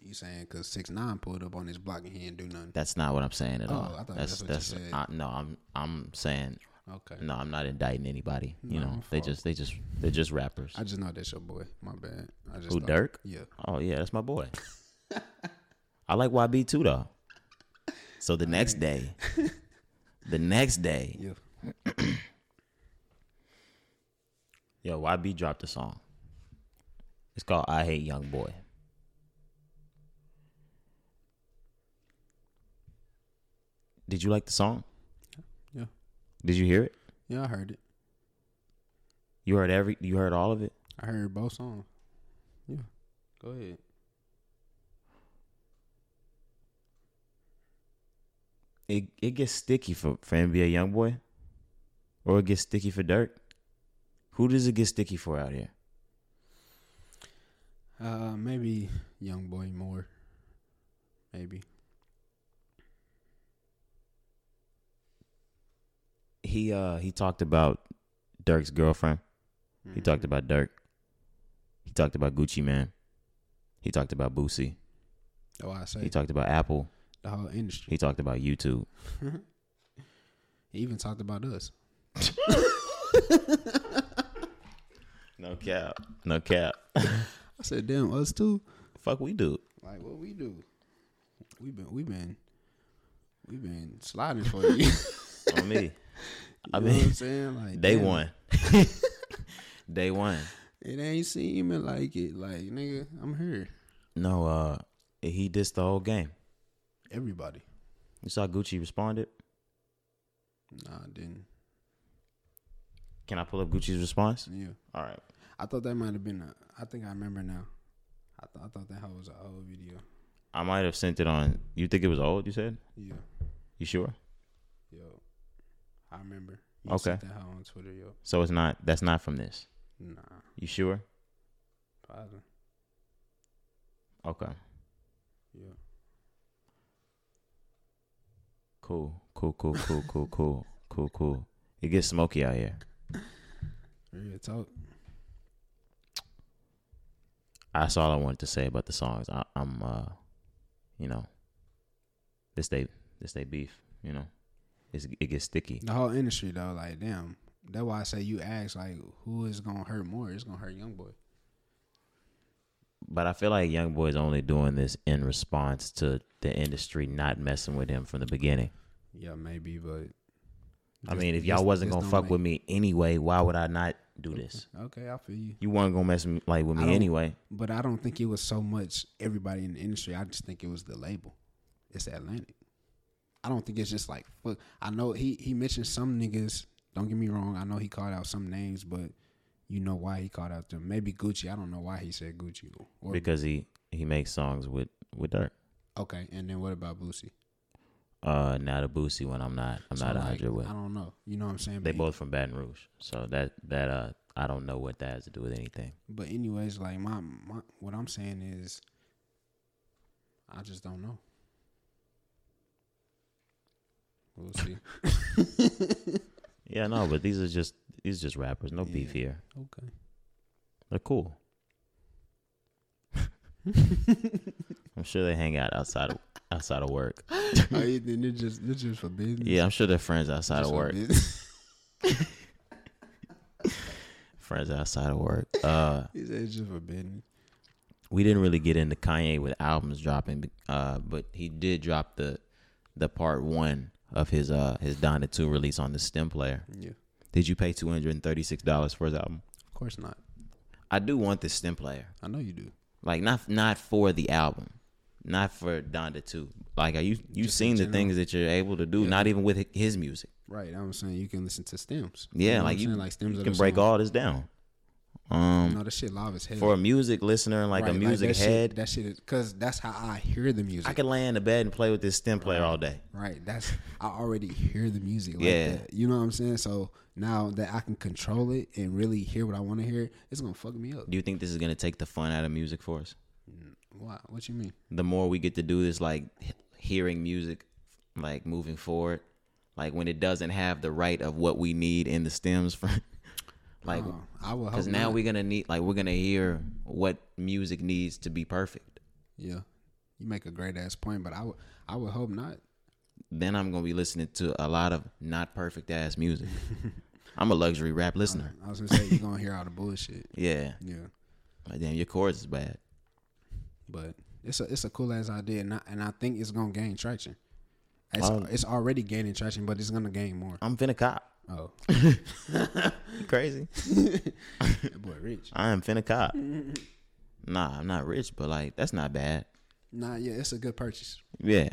Speaker 2: You saying because six nine pulled up on his block and he didn't do nothing?
Speaker 1: That's not what I'm saying at
Speaker 2: Oh,
Speaker 1: all.
Speaker 2: I thought
Speaker 1: that's
Speaker 2: that's what you said.
Speaker 1: I, no, I'm I'm saying
Speaker 2: Okay.
Speaker 1: no, I'm not indicting anybody. You
Speaker 2: No,
Speaker 1: know,
Speaker 2: my
Speaker 1: they
Speaker 2: fault.
Speaker 1: just they just they're just rappers.
Speaker 2: I just know that's your boy. My bad. I just
Speaker 1: Who
Speaker 2: thought-
Speaker 1: Dirk?
Speaker 2: Yeah.
Speaker 1: Oh yeah, that's my boy. I like YB too though. So the next day, the next day,
Speaker 2: Yeah.
Speaker 1: yo, YB dropped a song. It's called "I Hate Young Boy." Did you like the song?
Speaker 2: Yeah.
Speaker 1: Did you hear it?
Speaker 2: Yeah, I heard it.
Speaker 1: You heard every. You heard all of it.
Speaker 2: I heard both songs. Yeah. Go ahead.
Speaker 1: It it gets sticky for for NBA YoungBoy, or it gets sticky for Dirk. Who does it get sticky for out here?
Speaker 2: Uh, maybe Young Boy Moore. Maybe.
Speaker 1: he uh he talked about Dirk's girlfriend. He
Speaker 2: Mm-hmm.
Speaker 1: talked about Dirk. He talked about Gucci Man. He talked about Boosie.
Speaker 2: Oh, I say
Speaker 1: He talked about Apple.
Speaker 2: the whole industry.
Speaker 1: He talked about YouTube.
Speaker 2: He even talked about us.
Speaker 1: No cap. No cap.
Speaker 2: I said, "Damn, us too."
Speaker 1: Fuck we do.
Speaker 2: Like what we do? We been we been we been sliding for you. you
Speaker 1: On me. I
Speaker 2: know what I'm
Speaker 1: mean
Speaker 2: saying like
Speaker 1: day
Speaker 2: damn,
Speaker 1: one. day one.
Speaker 2: It ain't seeming like it. Like nigga, I'm here.
Speaker 1: No, uh he dissed the whole game.
Speaker 2: Everybody.
Speaker 1: You saw Gucci responded?
Speaker 2: Nah, I didn't.
Speaker 1: Can I pull up Gucci's response?
Speaker 2: Yeah,
Speaker 1: All right.
Speaker 2: I thought that might have been. A, I think I remember now. I, th- I thought that hoe was an old video.
Speaker 1: I might have sent it on you think it was old, you said?
Speaker 2: Yeah,
Speaker 1: You sure?
Speaker 2: yo, I remember.
Speaker 1: Okay.
Speaker 2: sent that hoe on Twitter, yo.
Speaker 1: So it's not that's not from this.
Speaker 2: Nah,
Speaker 1: You sure?
Speaker 2: probably.
Speaker 1: Okay.
Speaker 2: Yeah.
Speaker 1: Cool. Cool. Cool. Cool. Cool. Cool. Cool. Cool. It gets smoky out here.
Speaker 2: Real talk.
Speaker 1: That's all I wanted to say about the songs. I, I'm, uh, you know, this day, this day beef. You know, it's, it gets sticky.
Speaker 2: The whole industry though, like damn. That's why I say you ask like who is gonna hurt more? It's gonna hurt YoungBoy.
Speaker 1: But I feel like Young Boy's only doing this in response to the industry not messing with him from the beginning.
Speaker 2: Yeah, maybe, but
Speaker 1: I mean, if y'all wasn't gonna fuck with me anyway, why would I not do this?
Speaker 2: okay, I feel you.
Speaker 1: You weren't gonna mess with me- like with
Speaker 2: I
Speaker 1: me
Speaker 2: don't-
Speaker 1: anyway.
Speaker 2: But I don't think it was so much everybody in the industry. I just think it was the label. It's Atlantic. I don't think it's just like fuck. I know he he mentioned some niggas. Don't get me wrong. I know he called out some names, but you know why he called out them. Maybe Gucci. I don't know why he said Gucci. Or,
Speaker 1: Because he he makes songs with with Dirk.
Speaker 2: okay, and then what about Boosie?
Speaker 1: Uh, now the Boosie one, I'm not. I'm
Speaker 2: So,
Speaker 1: not a
Speaker 2: like,
Speaker 1: hundred with.
Speaker 2: I don't know. You know what I'm saying?
Speaker 1: They
Speaker 2: But-
Speaker 1: both from Baton Rouge, so that that uh, I don't know what that has to do with anything.
Speaker 2: But anyways, like my, my what I'm saying is I just don't know. We'll see.
Speaker 1: Yeah, no, but these are just these are just rappers. No beef
Speaker 2: Yeah.
Speaker 1: here.
Speaker 2: okay.
Speaker 1: They're cool. I'm sure they hang out outside of outside of work.
Speaker 2: Oh, yeah, then it's just it's just for business.
Speaker 1: Yeah, I'm sure they're friends outside of
Speaker 2: Just for
Speaker 1: work.
Speaker 2: business.
Speaker 1: Friends outside of work. Uh,
Speaker 2: He said it's just for business.
Speaker 1: we didn't really get into Kanye with albums dropping, uh, but he did drop the the part one of his uh his Donna two release on the stem player.
Speaker 2: Yeah.
Speaker 1: Did you pay two hundred and thirty six dollars for his album?
Speaker 2: Of course not.
Speaker 1: I do want this stem player.
Speaker 2: I know you do.
Speaker 1: Like not not for the album, not for Donda too. Like are you you
Speaker 2: Just
Speaker 1: seen
Speaker 2: in
Speaker 1: the
Speaker 2: general.
Speaker 1: things that you're able to do? Not even with hi- his music.
Speaker 2: Right. I'm saying you can listen to stems.
Speaker 1: Yeah,
Speaker 2: You
Speaker 1: like
Speaker 2: know what I'm
Speaker 1: you,
Speaker 2: saying? like stems
Speaker 1: you
Speaker 2: of
Speaker 1: can
Speaker 2: the
Speaker 1: break
Speaker 2: song.
Speaker 1: all this down. Um,
Speaker 2: No, that shit live as hell.
Speaker 1: for a music listener and like
Speaker 2: Right,
Speaker 1: a music
Speaker 2: that shit-
Speaker 1: head,
Speaker 2: that shit is because that's how I hear the music.
Speaker 1: I could lay in the bed and play with this stem player all day.
Speaker 2: Right. That's I already hear the music like
Speaker 1: Yeah.
Speaker 2: that. You know what I'm saying? So now that I can control it and really hear what I want to hear, it's gonna fuck me up.
Speaker 1: Do you think this is gonna take the fun out of music for us?
Speaker 2: Why? What you mean?
Speaker 1: The more we get to do this, like h- hearing music, like moving forward, like when it doesn't have the right of what we need in the stems for, like.
Speaker 2: Uh, I will
Speaker 1: Because now we're gonna need, like, we're gonna hear what music needs to be perfect.
Speaker 2: Yeah. You make a great ass point, but I would I would hope not.
Speaker 1: Then I'm gonna be listening to a lot of not perfect ass music. I'm a luxury rap listener.
Speaker 2: I was gonna say you're gonna hear all the bullshit.
Speaker 1: Yeah.
Speaker 2: Yeah.
Speaker 1: Like, damn, your chords is bad.
Speaker 2: But It's a it's a cool ass idea, and I, and I think it's gonna gain traction. It's, it's already gaining traction, but it's gonna gain more.
Speaker 4: I'm finna cop.
Speaker 2: Oh,
Speaker 4: You crazy?
Speaker 2: that boy, rich.
Speaker 4: I am finna cop. nah, I'm not rich, but like that's not bad.
Speaker 2: Nah, yeah, it's a good purchase.
Speaker 1: Yeah.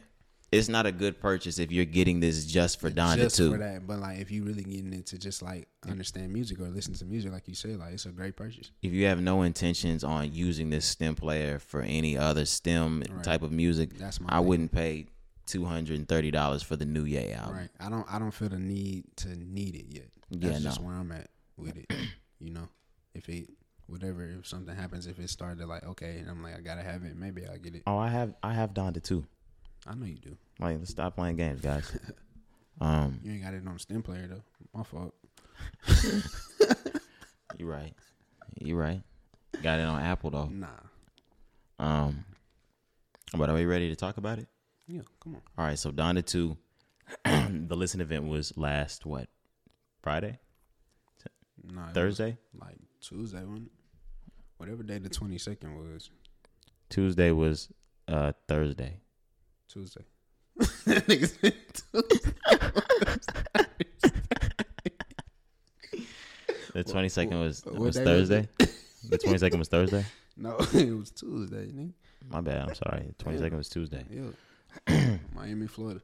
Speaker 1: It's not a good purchase if you're getting this just for Donda
Speaker 2: just
Speaker 1: too.
Speaker 2: for that. But like, if you really getting into just like understand music or listen to music, like you said, like it's a great purchase.
Speaker 1: if you have no intentions on using this stem player for any other stem type of music,
Speaker 2: That's my
Speaker 1: I
Speaker 2: thing.
Speaker 1: wouldn't pay two hundred and thirty dollars for the new Ye album.
Speaker 2: Right. I don't. I don't feel the need to need it yet.
Speaker 1: Yeah,
Speaker 2: That's just
Speaker 1: no.
Speaker 2: where I'm at with it. You know, if it, whatever, if something happens, if it started to like okay, and I'm like I gotta have it, maybe I'll get it.
Speaker 4: Oh, I have I have Donda too.
Speaker 2: I know you do.
Speaker 4: Like, let's stop playing games, guys. um,
Speaker 2: You ain't got it on stem player though. My fault.
Speaker 1: You're right. You're right. Got it on Apple though.
Speaker 2: Nah.
Speaker 1: Um, but are we ready to talk about it?
Speaker 2: Yeah. Come on.
Speaker 1: All right. So Donda two, the listen event was last what Friday,
Speaker 2: Nah. it was,
Speaker 4: Thursday,
Speaker 2: Like Tuesday one. Whatever day the twenty second was.
Speaker 4: Tuesday was uh Thursday.
Speaker 2: Tuesday. That nigga's been Tuesday.
Speaker 1: the twenty second was
Speaker 2: what
Speaker 1: was
Speaker 2: day was
Speaker 1: Thursday. the twenty second was Thursday.
Speaker 2: No, it was Tuesday. Nigga.
Speaker 1: My bad. I'm sorry. Twenty second was Tuesday.
Speaker 2: Yeah. Miami, Florida.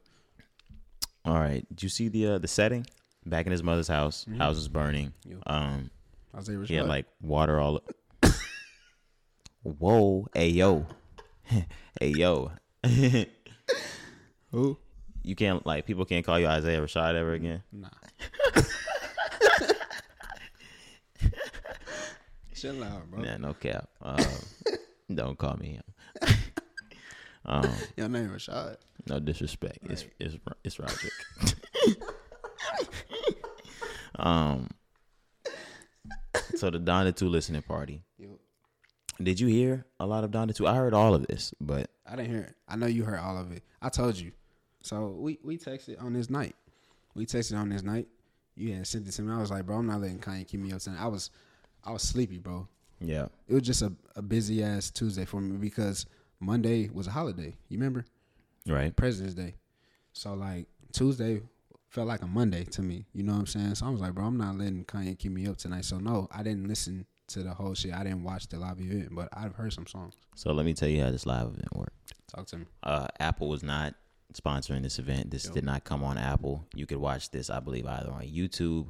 Speaker 1: All right. Did you see the uh, the setting? Back in his mother's house, house was burning.
Speaker 2: Mm-hmm. Yeah.
Speaker 1: Um,
Speaker 2: Isaiah
Speaker 1: he had
Speaker 2: Rashad.
Speaker 1: like water all. Whoa, hey yo, hey yo.
Speaker 2: who?
Speaker 1: You can't like people can't call you Isaiah Rashad ever again.
Speaker 2: Nah. Chill out, bro.
Speaker 1: Nah, no cap. Um, don't call me him. um,
Speaker 2: Your name Rashad.
Speaker 1: no disrespect. It's it's it's Roderick. um. So the Donna Two listening party.
Speaker 2: Yo.
Speaker 1: Did you hear a lot of Donna Two? I heard all of this, but
Speaker 2: I didn't hear it. I know you heard all of it. I told you. So we we texted on this night. We texted on this night. You had sent it to me. I was like, bro, I'm not letting Kanye keep me up tonight. I was I was sleepy, bro.
Speaker 1: yeah,
Speaker 2: It was just a, a busy ass Tuesday for me because Monday was a holiday. You remember?
Speaker 1: right.
Speaker 2: President's Day. So like Tuesday felt like a Monday to me. You know what I'm saying? So I was like, bro, I'm not letting Kanye keep me up tonight. So no, I didn't listen to the whole shit. I didn't watch the live event, but I've heard some songs.
Speaker 1: So let me tell you how this live event worked.
Speaker 2: Talk to me.
Speaker 1: Uh, Apple was not sponsoring this event. This did not come on Apple. You could watch this, I believe, either on YouTube,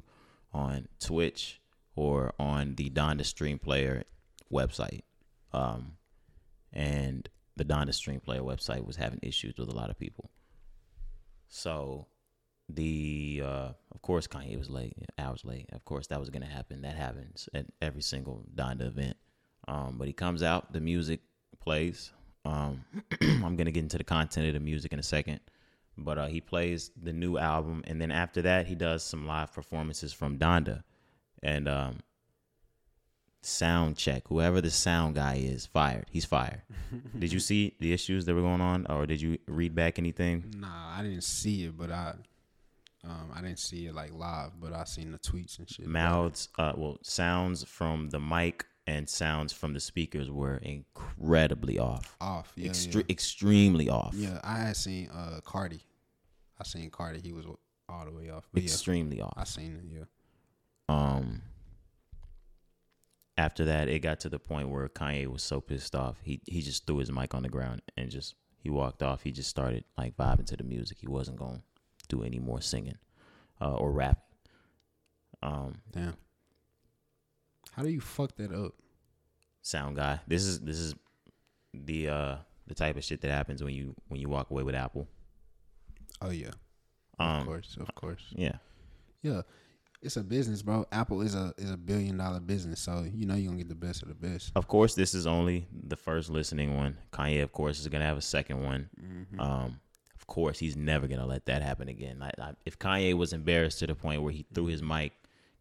Speaker 1: on Twitch, or on the Donda Stream Player website. Um, and the Donda Stream Player website was having issues with a lot of people. So the uh, of course Kanye was late, hours late. Of course that was gonna happen. That happens at every single Donda event. Um, but he comes out, the music plays. Um, I'm gonna get into the content of the music in a second. But uh, he plays the new album, and then after that, he does some live performances from Donda, and um, sound check. Whoever the sound guy is, fired. He's fired. did you see the issues that were going on, or did you read back anything?
Speaker 2: Nah, I didn't see it, but I um I didn't see it like live, but I seen the tweets and shit.
Speaker 1: mouths uh well sounds from the mic and sounds from the speakers were incredibly off
Speaker 2: off. Yeah,
Speaker 1: Extre- extremely off
Speaker 2: yeah. Yeah, I had seen uh Cardi. I seen Cardi. He was all the way off. But yeah,
Speaker 1: extremely
Speaker 2: I
Speaker 1: off
Speaker 2: seen it. Yeah.
Speaker 1: um after that it got to the point where kanye was so pissed off he he just threw his mic on the ground and just he walked off he just started like vibing to the music he wasn't going to do any more singing uh, or rapping um
Speaker 2: Damn. How do you fuck that up?
Speaker 1: sound guy. This is this is the uh the type of shit that happens when you when you walk away with Apple.
Speaker 2: Oh yeah. of
Speaker 1: Um
Speaker 2: course, of course.
Speaker 1: yeah.
Speaker 2: Yeah, it's a business, bro. Apple is a is a billion dollar business, so you know you're gonna get the best of the best.
Speaker 1: Of course this is only the first listening one. Kanye of course is going to have a second one.
Speaker 2: Mm-hmm.
Speaker 1: Um of course he's never going to let that happen again. I, I, if Kanye was embarrassed to the point where he threw his mic,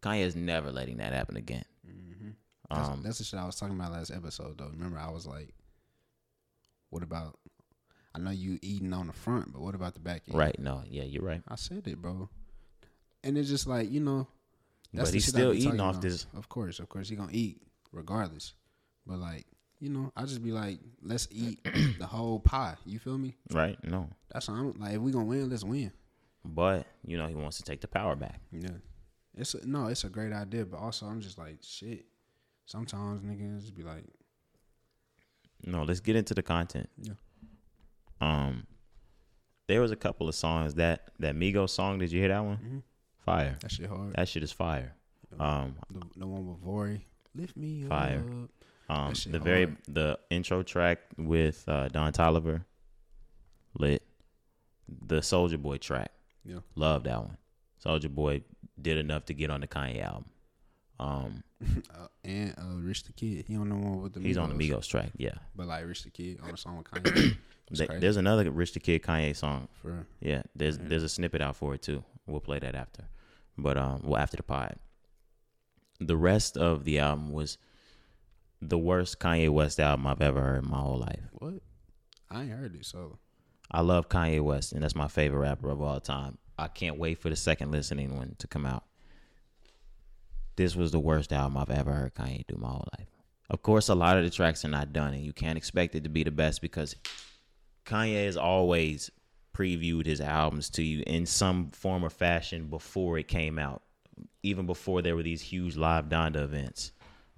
Speaker 1: Kanye is never letting that happen again.
Speaker 2: That's,
Speaker 1: Um
Speaker 2: that's the shit I was talking about last episode, though. Remember, I was like, "What about?" I know you eating on the front, but what about the back end?
Speaker 1: right no. Yeah, you're right.
Speaker 2: I said it, bro. And it's just like you know,
Speaker 1: But
Speaker 2: the
Speaker 1: he's
Speaker 2: shit I
Speaker 1: still
Speaker 2: be
Speaker 1: eating
Speaker 2: talking
Speaker 1: off
Speaker 2: about.
Speaker 1: this-
Speaker 2: Of course, of course, he gonna eat regardless. But like, you know, I just be like, let's eat the whole pie. You feel me?
Speaker 1: Right? No.
Speaker 2: That's how I'm like. If we gonna win, let's win.
Speaker 1: But, you know, he wants to take the power back.
Speaker 2: Yeah. It's a, no, it's a great idea, but also I'm just like shit. Sometimes niggas just be like,
Speaker 1: No, let's get into the content.
Speaker 2: Yeah.
Speaker 1: Um, there was a couple of songs that that Migos song. Did you hear that one?
Speaker 2: Mm-hmm.
Speaker 1: Fire.
Speaker 2: that shit hard.
Speaker 1: That shit is fire. Um,
Speaker 2: The, the one with Vori, lift me
Speaker 1: Fire.
Speaker 2: up.
Speaker 1: um,
Speaker 2: That shit
Speaker 1: the very
Speaker 2: hard.
Speaker 1: the intro track with uh, Don Tolliver, lit. The Soldier Boy track,
Speaker 2: Yeah.
Speaker 1: love that one. Soldier Boy did enough to get on the Kanye album. Um,
Speaker 2: Uh, and uh, Rich the Kid, he on the one with the
Speaker 1: he's on the Migos track. Yeah,
Speaker 2: but like Rich the Kid on the song with Kanye. It's
Speaker 1: Th-
Speaker 2: crazy.
Speaker 1: there's another Rich the Kid Kanye song
Speaker 2: For real.
Speaker 1: Yeah, there's there's a snippet out for it too. We'll play that after, but um, well after the pod. The rest of the album was the worst Kanye West album I've ever heard in my whole life.
Speaker 2: what? I ain't heard it, so
Speaker 1: I love Kanye West, and that's my favorite rapper of all time. I can't wait for the second listening one to come out. This was the worst album I've ever heard Kanye do my whole life. Of course, a lot of the tracks are not done, and you can't expect it to be the best because Kanye has always previewed his albums to you in some form or fashion before it came out, even before there were these huge live Donda events.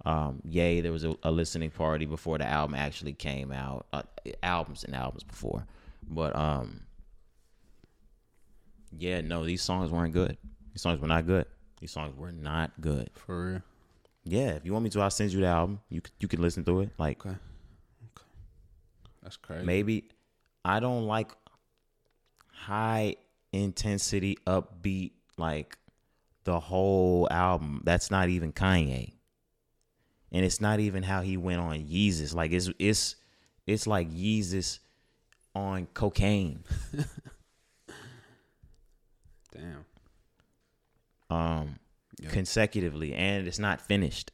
Speaker 1: Um, yay, there was a, a listening party before the album actually came out. Uh, albums and albums before, but um, yeah, no, these songs weren't good. These songs were not good. These songs were not good.
Speaker 2: for real.
Speaker 1: Yeah, if you want me to, I'll send you the album. You c- you can listen through it. Like
Speaker 2: Okay. That's crazy.
Speaker 1: maybe I don't like high intensity upbeat like the whole album. That's not even Kanye. And it's not even how he went on Yeezus. Like it's it's it's like Yeezus on cocaine.
Speaker 2: Damn.
Speaker 1: Um
Speaker 2: Yeah.
Speaker 1: consecutively and it's not finished.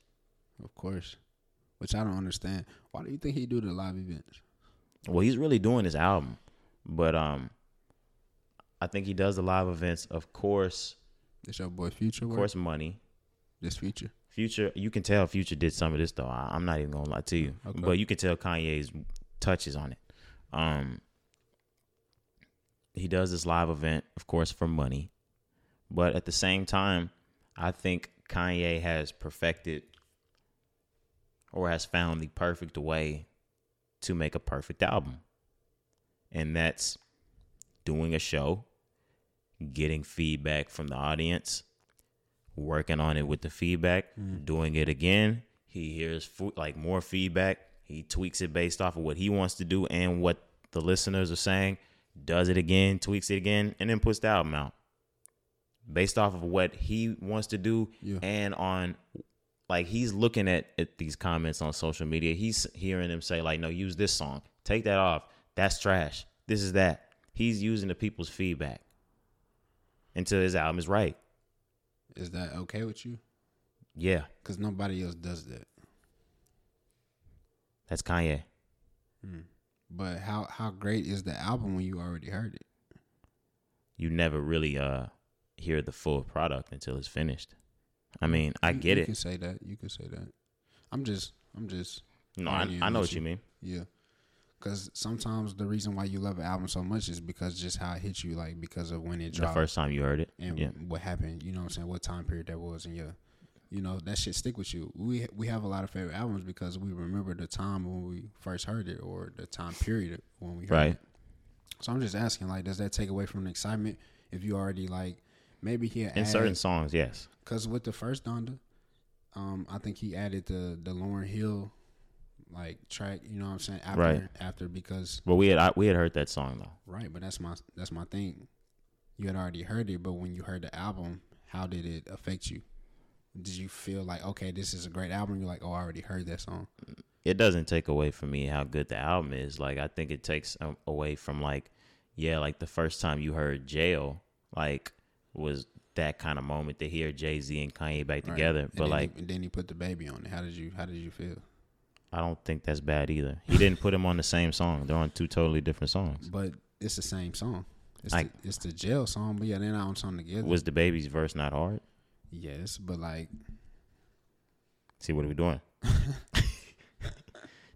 Speaker 2: Of course. Which I don't understand. Why do you think he do the live events?
Speaker 1: Well, he's really doing his album, but um, I think he does the live events. Of course,
Speaker 2: This your boy Future.
Speaker 1: of
Speaker 2: work?
Speaker 1: course, money.
Speaker 2: This Future.
Speaker 1: Future, you can tell Future did some of this though. I, I'm not even gonna lie to you,
Speaker 2: Okay.
Speaker 1: but you can tell Kanye's touches on it. Um, he does this live event, of course, for money, but at the same time, I think Kanye has perfected or has found the perfect way to make a perfect album, and that's doing a show, getting feedback from the audience, working on it with the feedback, doing it again. He hears fo- like more feedback. He tweaks it based off of what he wants to do and what the listeners are saying. Does it again, tweaks it again, and then puts the album out based off of what he wants to do
Speaker 2: Yeah.
Speaker 1: and on like he's looking at, at these comments on social media. He's hearing them say like, "No, use this song. Take that off. That's trash. This is that." He's using the people's feedback until his album is right.
Speaker 2: Is that okay with you?
Speaker 1: Yeah.
Speaker 2: Because nobody else does that.
Speaker 1: That's Kanye.
Speaker 2: But how how great is the album when you already heard it?
Speaker 1: You never really uh hear the full product until it's finished. I mean, I
Speaker 2: You-
Speaker 1: get
Speaker 2: You can
Speaker 1: it.
Speaker 2: say that. You can say that. I'm just I'm just
Speaker 1: No, I,
Speaker 2: arguing
Speaker 1: I know
Speaker 2: with
Speaker 1: what you mean.
Speaker 2: Yeah. Cause sometimes the reason why you love an album so much is because just how it hit you, like because of when it
Speaker 1: The
Speaker 2: dropped
Speaker 1: first time you heard it.
Speaker 2: and
Speaker 1: yeah.
Speaker 2: what happened. You know what I'm saying? What time period that was, and yeah, you know that shit stick with you. We we have a lot of favorite albums because we remember the time when we first heard it or the time period when we heard
Speaker 1: Right.
Speaker 2: it. So I'm just asking, like, does that take away from the excitement if you already like maybe he
Speaker 1: In certain songs, yes.
Speaker 2: because with the first Donda, um, I think he added the the Lauren Hill like track. You know what I'm saying? After,
Speaker 1: Right.
Speaker 2: After because
Speaker 1: But we had I, we had heard that song though.
Speaker 2: right, but that's my that's my thing. You had already heard it, but when you heard the album, how did it affect you? Did you feel like okay, this is a great album? You're like, oh, I already heard that song.
Speaker 1: It doesn't take away from me how good the album is. Like I think it takes um, away from like yeah, like the first time you heard Jail like was that kind of moment to hear Jay-Z and Kanye back
Speaker 2: Right.
Speaker 1: together,
Speaker 2: And
Speaker 1: but
Speaker 2: then
Speaker 1: like
Speaker 2: he, and then he put the baby on it. How did you How did you feel?
Speaker 1: I don't think that's bad either. He didn't put him on the same song. They're on two totally different songs.
Speaker 2: But it's the same song. It's,
Speaker 1: I-
Speaker 2: the, it's the jail song, but yeah, they're not on song together.
Speaker 1: Was the baby's verse not hard?
Speaker 2: yes, but like
Speaker 1: See what are we doing?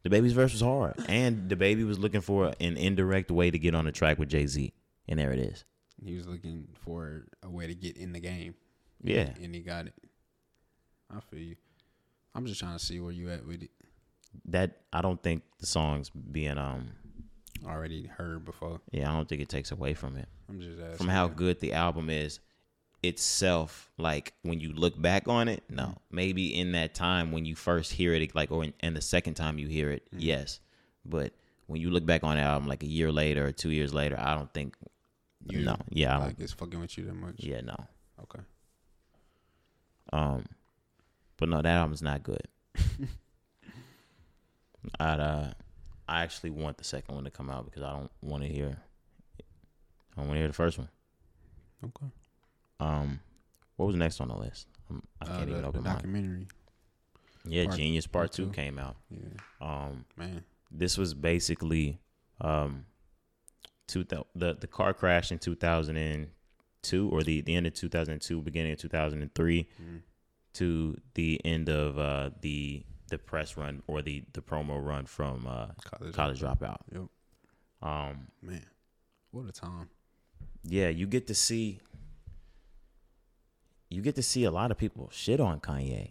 Speaker 1: The baby's verse was hard, and the baby was looking for an indirect way to get on the track with Jay Z, and there it is.
Speaker 2: He was looking for a way to get in the game.
Speaker 1: Yeah,
Speaker 2: And he got it. I feel you. I'm just trying to see where you at with it.
Speaker 1: that I don't think the songs being um,
Speaker 2: Already heard before.
Speaker 1: yeah, I don't think it takes away from it.
Speaker 2: I'm just asking.
Speaker 1: from how good the album is itself like when you look back on it no maybe in that time when you first hear it like or in, and the second time you hear it yes but when you look back on the album like a year later or two years later i don't think
Speaker 2: You
Speaker 1: no yeah I don't,
Speaker 2: like it's fucking with you that much.
Speaker 1: yeah no
Speaker 2: Okay.
Speaker 1: um but no that album's not good i'd uh i actually want the second one to come out because i don't want to hear i don't want to hear the first one
Speaker 2: Okay.
Speaker 1: Um, what was next on the list? Um, I
Speaker 2: Uh,
Speaker 1: can't even
Speaker 2: the, the
Speaker 1: open mine.
Speaker 2: documentary.
Speaker 1: Yeah,
Speaker 2: part-
Speaker 1: Genius Part
Speaker 2: part
Speaker 1: Two
Speaker 2: two.
Speaker 1: came out.
Speaker 2: Yeah.
Speaker 1: Um,
Speaker 2: Man.
Speaker 1: this was basically um, two thou- the the car crash in two thousand and two, or the the end of two thousand and two, beginning of two thousand and three,
Speaker 2: Mm-hmm.
Speaker 1: to the end of uh, the the press run or the the promo run from uh,
Speaker 2: College.
Speaker 1: College Dropout.
Speaker 2: Yep.
Speaker 1: Um,
Speaker 2: Man. What a time.
Speaker 1: yeah, you get to see you get to see a lot of people shit on Kanye.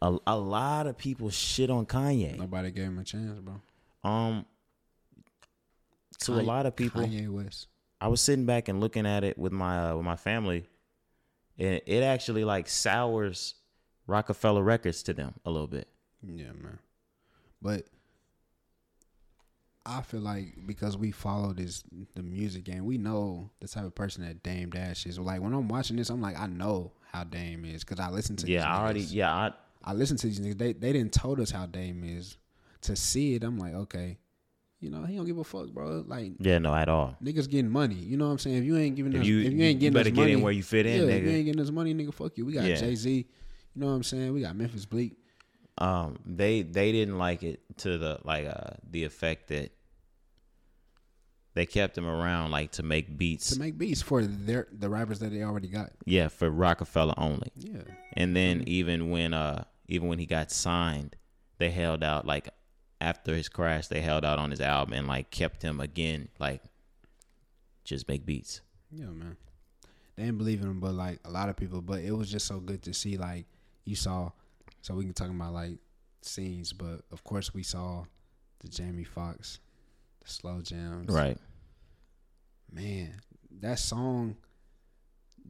Speaker 1: A, a lot of people shit on Kanye.
Speaker 2: Nobody gave him a chance, bro.
Speaker 1: Um to a
Speaker 2: Kanye-
Speaker 1: lot of people,
Speaker 2: Kanye West.
Speaker 1: I was sitting back and looking at it with my uh, with my family and it actually like sours Rockefeller Records to them a little bit.
Speaker 2: Yeah, man. But I feel like because we follow this the music game, we know the type of person that Dame Dash is. Like when I'm watching this, I'm like, I know how Dame is because I listen to. these
Speaker 1: Yeah, I already
Speaker 2: niggas.
Speaker 1: yeah, I
Speaker 2: I listen to these niggas. They they didn't told us how Dame is. To see it, I'm like, okay, you know, he don't give a fuck, bro. Like
Speaker 1: yeah, no at all.
Speaker 2: niggas getting money. You know what I'm saying? If you ain't giving
Speaker 1: If
Speaker 2: us,
Speaker 1: you-
Speaker 2: if
Speaker 1: you
Speaker 2: you ain't getting
Speaker 1: better
Speaker 2: us
Speaker 1: get in
Speaker 2: money,
Speaker 1: where you fit in,
Speaker 2: yeah, If
Speaker 1: nigga.
Speaker 2: you ain't getting us money, nigga, fuck you. We got
Speaker 1: Yeah.
Speaker 2: Jay Z. You know what I'm saying? We got Memphis Bleak.
Speaker 1: um they they didn't like it to the like uh the effect that they kept him around like to make beats
Speaker 2: to make beats for their the rappers that they already got.
Speaker 1: yeah for rockefeller only
Speaker 2: Yeah,
Speaker 1: and then
Speaker 2: Mm-hmm.
Speaker 1: even when uh even when he got signed they held out like after his crash they held out on his album and like kept him again like just make beats
Speaker 2: yeah, man. They didn't believe in him, but like a lot of people. But it was just so good to see. Like you saw, so we can talk about like scenes, but of course we saw the Jamie Foxx, the slow jams.
Speaker 1: right
Speaker 2: man, that song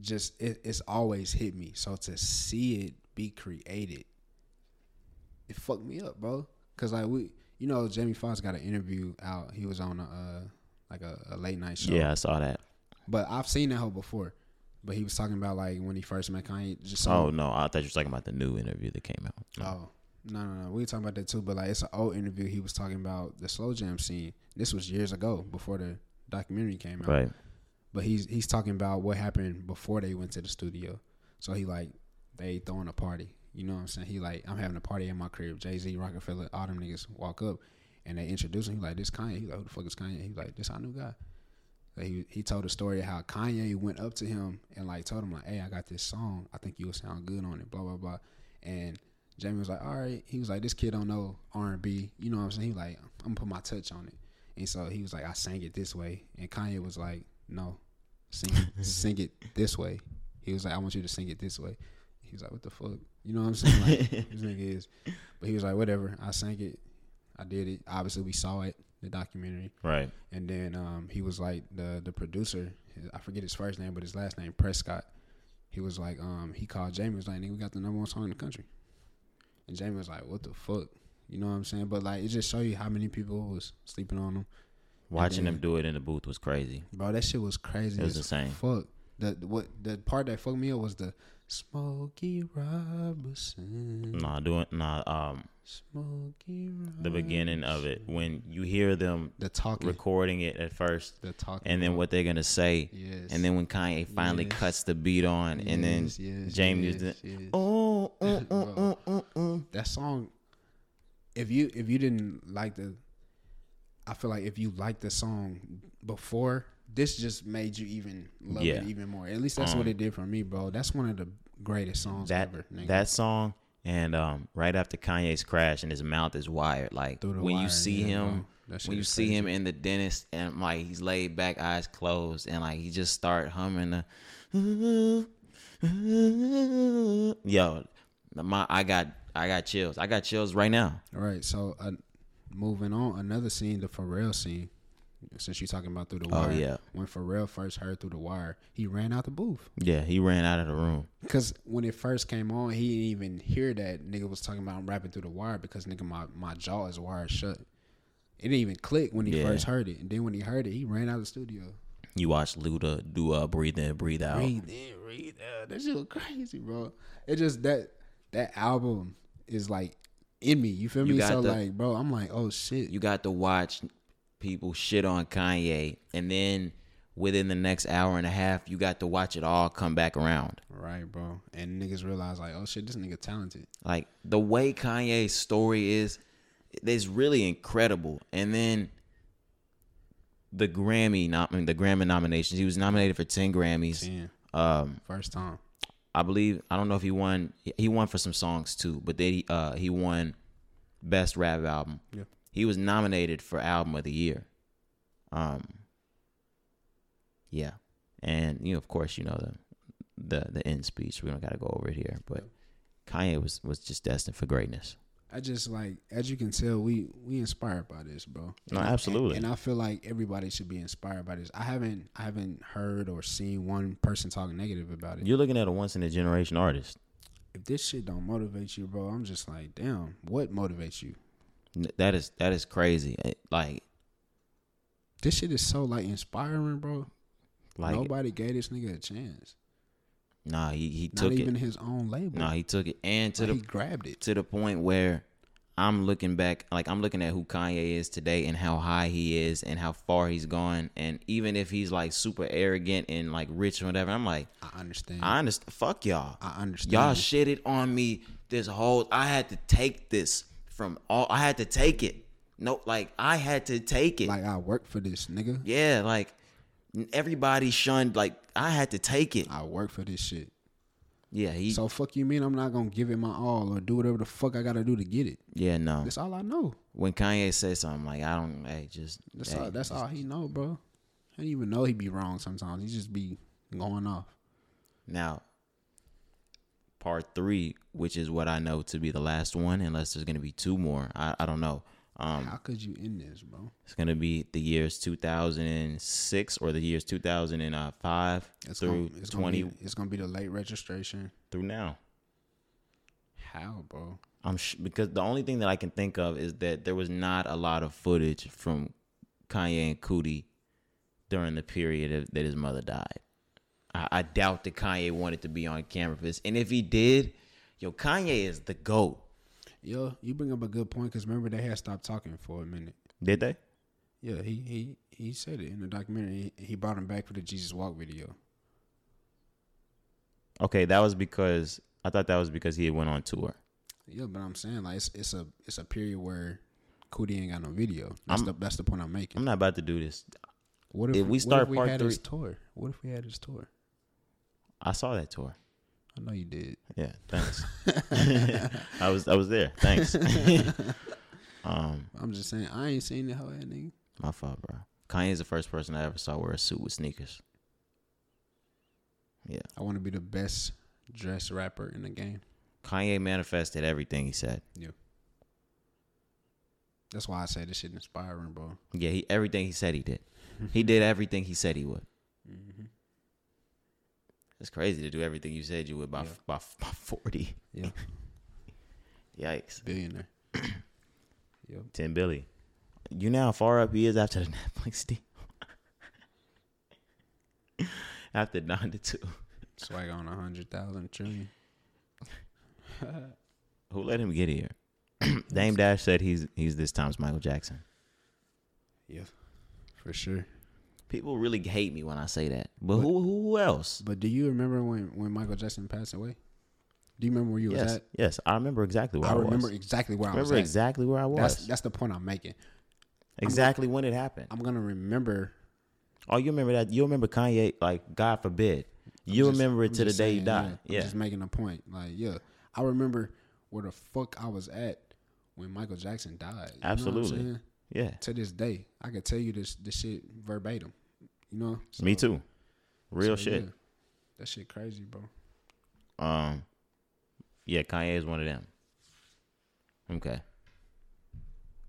Speaker 2: just it, it's always hit me. So to see it be created, it fucked me up, bro. Cause like we, you know, Jamie Foxx got an interview out. He was on a uh, like a, a late night show.
Speaker 1: yeah i saw that
Speaker 2: But I've seen that hoe before. But he was talking about like when he first met Kanye. Just so,
Speaker 1: oh no i thought you were talking about the new interview that came out
Speaker 2: Oh. No, no, no. We were talking about that too, but like it's an old interview. He was talking about the slow jam scene. This was years ago before the documentary came out.
Speaker 1: right
Speaker 2: But he's he's talking about what happened before they went to the studio. So he like they throwing a party. You know what I'm saying? He like I'm having a party in my crib. Jay Z, Rockefeller, all them niggas walk up and they introduce him. He like this Kanye. He like who the fuck is Kanye? He like this our new guy. Like, he he told a story of how Kanye went up to him and like told him like, hey, I got this song. I think you'll sound good on it. Blah blah blah. And Jamie was like, all right. He was like, this kid don't know R and B. You know what I'm saying? He like I'm gonna put my touch on it. And so he was like, I sang it this way. And Kanye was like, no, sing sing it this way. He was like, I want you to sing it this way. He was like, what the fuck? You know what I'm saying? Like, this nigga is. But he was like, whatever. I sang it. I did it. Obviously, we saw it, the documentary.
Speaker 1: right
Speaker 2: And then um, he was like the the producer. I forget his first name, but his last name Prescott. He was like, um, he called Jamie. Was like, nigga, we got the number one song in the country. And Jamie was like, what the fuck? You know what I'm saying? But like, it just show you how many people was sleeping on him.
Speaker 1: watching
Speaker 2: then-
Speaker 1: him do it in the booth was crazy
Speaker 2: Bro, that shit was crazy.
Speaker 1: It was
Speaker 2: as
Speaker 1: insane.
Speaker 2: Fuck. The the- what the part that fucked me up was the Smokey Robinson.
Speaker 1: nah doing nah um
Speaker 2: Smokey Robinson.
Speaker 1: the beginning of it when you hear them
Speaker 2: The talking.
Speaker 1: recording it at first
Speaker 2: the talking.
Speaker 1: and then what they're gonna say
Speaker 2: Yes.
Speaker 1: and then when kanye finally
Speaker 2: Yes.
Speaker 1: cuts the beat on and then
Speaker 2: Yes, yes,
Speaker 1: james
Speaker 2: yes,
Speaker 1: is
Speaker 2: yes.
Speaker 1: oh oh oh
Speaker 2: Bro. that song. If you if you didn't like the, I feel like if you liked the song before, this just made you even love
Speaker 1: Yeah. Um,
Speaker 2: it even more. At least that's what it did for me, bro. That's one of the greatest songs
Speaker 1: that
Speaker 2: ever. Nigga.
Speaker 1: that song And um, right after Kanye's crash, and his mouth is wired. Like
Speaker 2: Through the
Speaker 1: when
Speaker 2: wire,
Speaker 1: you see
Speaker 2: yeah,
Speaker 1: him,
Speaker 2: bro. That shit
Speaker 1: when you
Speaker 2: is
Speaker 1: see him in the dentist, and like he's laid back, eyes closed, and like he just start humming the. Yo, my I got I got chills. I got chills right now.
Speaker 2: All right, so uh, moving on, another scene, the Pharrell scene. Since you're talking about through the
Speaker 1: Oh,
Speaker 2: wire,
Speaker 1: yeah.
Speaker 2: When Pharrell first heard through the wire, he ran out the booth
Speaker 1: Yeah, he ran out of the room.
Speaker 2: because when it first came on, he didn't even hear that nigga was talking about I'm rapping through the wire because nigga, my my jaw is wired shut. It didn't even click when he
Speaker 1: Yeah.
Speaker 2: first heard it, and then when he heard it, he ran out of the studio.
Speaker 1: You watch Luda do uh breathe in, breathe out.
Speaker 2: Breathe in, breathe out. That shit was crazy, bro. It just that that album is like in me. You feel
Speaker 1: You
Speaker 2: me?
Speaker 1: got
Speaker 2: So
Speaker 1: the-
Speaker 2: like, bro, I'm like, oh shit.
Speaker 1: You got to watch people shit on Kanye, and then within the next hour and a half, you got to watch it all come back around.
Speaker 2: Right, bro. And niggas realize like, oh shit, this nigga talented.
Speaker 1: Like the way Kanye's story is, is really incredible. And then the Grammy, not I mean, the Grammy nominations. He was nominated for ten Grammys.
Speaker 2: Yeah.
Speaker 1: Um,
Speaker 2: First time.
Speaker 1: I believe I don't know if he won. He won for some songs too, but then he uh, he won best rap album.
Speaker 2: Yeah.
Speaker 1: He was nominated for album of the year. Um. Yeah, and you know, of course you know the the the end speech. We don't got to go over it here, but Kanye was was just destined for greatness.
Speaker 2: I just like as you can tell, we we inspired by this, bro.
Speaker 4: No, absolutely.
Speaker 2: And I feel like everybody should be inspired by this. I haven't I haven't heard or seen one person talk negative about it.
Speaker 4: You're looking at a once in a generation artist.
Speaker 2: If this shit don't motivate you, bro, I'm just like, damn, what motivates you?
Speaker 1: N- That is that is crazy. It- Like
Speaker 2: This shit is so like inspiring, bro.
Speaker 1: like
Speaker 2: Nobody gave this nigga a chance.
Speaker 1: nah, he he
Speaker 2: Not
Speaker 1: took
Speaker 2: even
Speaker 1: it.
Speaker 2: his own label.
Speaker 1: Nah, he took it, and to
Speaker 2: Like,
Speaker 1: the
Speaker 2: he grabbed it.
Speaker 1: to the point where I'm looking back, like I'm looking at who Kanye is today and how high he is and how far he's gone. And even if he's like super arrogant and like rich and whatever, I'm like,
Speaker 2: I understand.
Speaker 1: I understand. Fuck y'all.
Speaker 2: Mm. I understand.
Speaker 1: Y'all shitted on me this whole. I had to take this from all. I had to take it. No, like I had to take it.
Speaker 2: like I work for this nigga.
Speaker 1: yeah, like everybody shunned. Like I had to take it.
Speaker 2: I work for this shit.
Speaker 1: Yeah, he.
Speaker 2: So fuck you mean I'm not gonna give it my all or do whatever the fuck I gotta do to get it.
Speaker 1: yeah, no.
Speaker 2: That's all I know.
Speaker 1: When Kanye says something like, I don't. Hey, just.
Speaker 2: That's
Speaker 1: hey,
Speaker 2: all that's all he know, bro. I didn't even know he be wrong sometimes. He just be going off.
Speaker 1: Now, part three, which is what I know to be the last one, unless there's going to be two more. I, I don't know. Um,
Speaker 2: How could you end this, bro?
Speaker 1: it's going to be the years 2006 or the years 2005
Speaker 2: It's
Speaker 1: uh, through
Speaker 2: gonna, it's
Speaker 1: 20
Speaker 2: Gonna be, it's gonna be the late registration.
Speaker 1: through now.
Speaker 2: How, bro?
Speaker 1: I'm sh- because the only thing that I can think of is that there was not a lot of footage from Kanye and Cootie during the period of, that his mother died. I, I doubt that Kanye wanted to be on camera for this, and if he did, yo, Kanye is the goat.
Speaker 2: Yo, you bring up a good point because remember they had stopped talking for a minute.
Speaker 4: Did they?
Speaker 2: Yeah, he he he said it in the documentary. He, he brought him back for the Jesus Walk video.
Speaker 4: Okay, that was because I thought that was because he had went on tour.
Speaker 2: Yeah, but I'm saying like it's it's a it's a period where Cootie ain't got no video. That's the that's the point I'm making.
Speaker 4: I'm not about to do this.
Speaker 2: What if,
Speaker 4: If we
Speaker 2: what if
Speaker 4: start
Speaker 2: we
Speaker 4: part
Speaker 2: had his
Speaker 4: three-
Speaker 2: tour? What if we had his tour?
Speaker 4: I saw that tour.
Speaker 2: I know you did.
Speaker 4: Yeah, thanks. I was I was there. Thanks. um,
Speaker 2: I'm just saying I ain't seen the whole ass nigga.
Speaker 1: My fault, bro. Kanye's the first person I ever saw wear a suit with sneakers. Yeah.
Speaker 2: I want to be the best dressed rapper in the game.
Speaker 1: Kanye manifested everything he said.
Speaker 2: Yeah. That's why I say this shit inspiring, bro.
Speaker 1: Yeah, he everything he said he did. He did everything he said he would.
Speaker 2: Mm-hmm.
Speaker 1: It's crazy to do everything you said you would by
Speaker 2: Yeah.
Speaker 1: by, by forty.
Speaker 2: Yeah.
Speaker 1: Yikes.
Speaker 2: Billionaire. yep.
Speaker 4: Tim Billy. You know how far up he is after the Netflix deal.
Speaker 1: After nine to two.
Speaker 2: It's like on a hundred thousand trillion.
Speaker 1: Who let him get here? Dame Dash said he's he's this time's Michael Jackson.
Speaker 2: Yeah. For sure.
Speaker 1: People really hate me when I say that. But who who else?
Speaker 2: But do you remember when when Michael Jackson passed away? Do you remember where you was
Speaker 4: Yes,
Speaker 2: at?
Speaker 4: yes, I remember exactly where
Speaker 2: I
Speaker 4: I,
Speaker 2: remember
Speaker 4: was.
Speaker 2: exactly where
Speaker 4: I
Speaker 2: I was
Speaker 4: remember
Speaker 2: at.
Speaker 4: exactly where I was.
Speaker 2: That's that's the point I'm making.
Speaker 4: exactly when it happened.
Speaker 2: I'm gonna remember.
Speaker 4: Oh, you remember that? You remember Kanye? Like, God forbid, you
Speaker 2: just-
Speaker 4: remember it
Speaker 2: I'm
Speaker 4: to the
Speaker 2: just
Speaker 4: day you
Speaker 2: saying,
Speaker 4: die.
Speaker 2: I'm
Speaker 4: Yeah,
Speaker 2: just making a point. Like, yeah, I remember where the fuck I was at when Michael Jackson died. You know what I'm
Speaker 4: Absolutely.
Speaker 2: saying?
Speaker 4: Yeah.
Speaker 2: to this day, I could tell you this this shit verbatim. You know, So-
Speaker 4: Me too. Real
Speaker 2: so,
Speaker 4: shit.
Speaker 2: yeah. That shit crazy, bro.
Speaker 1: Um, yeah, Kanye is one of them. Okay.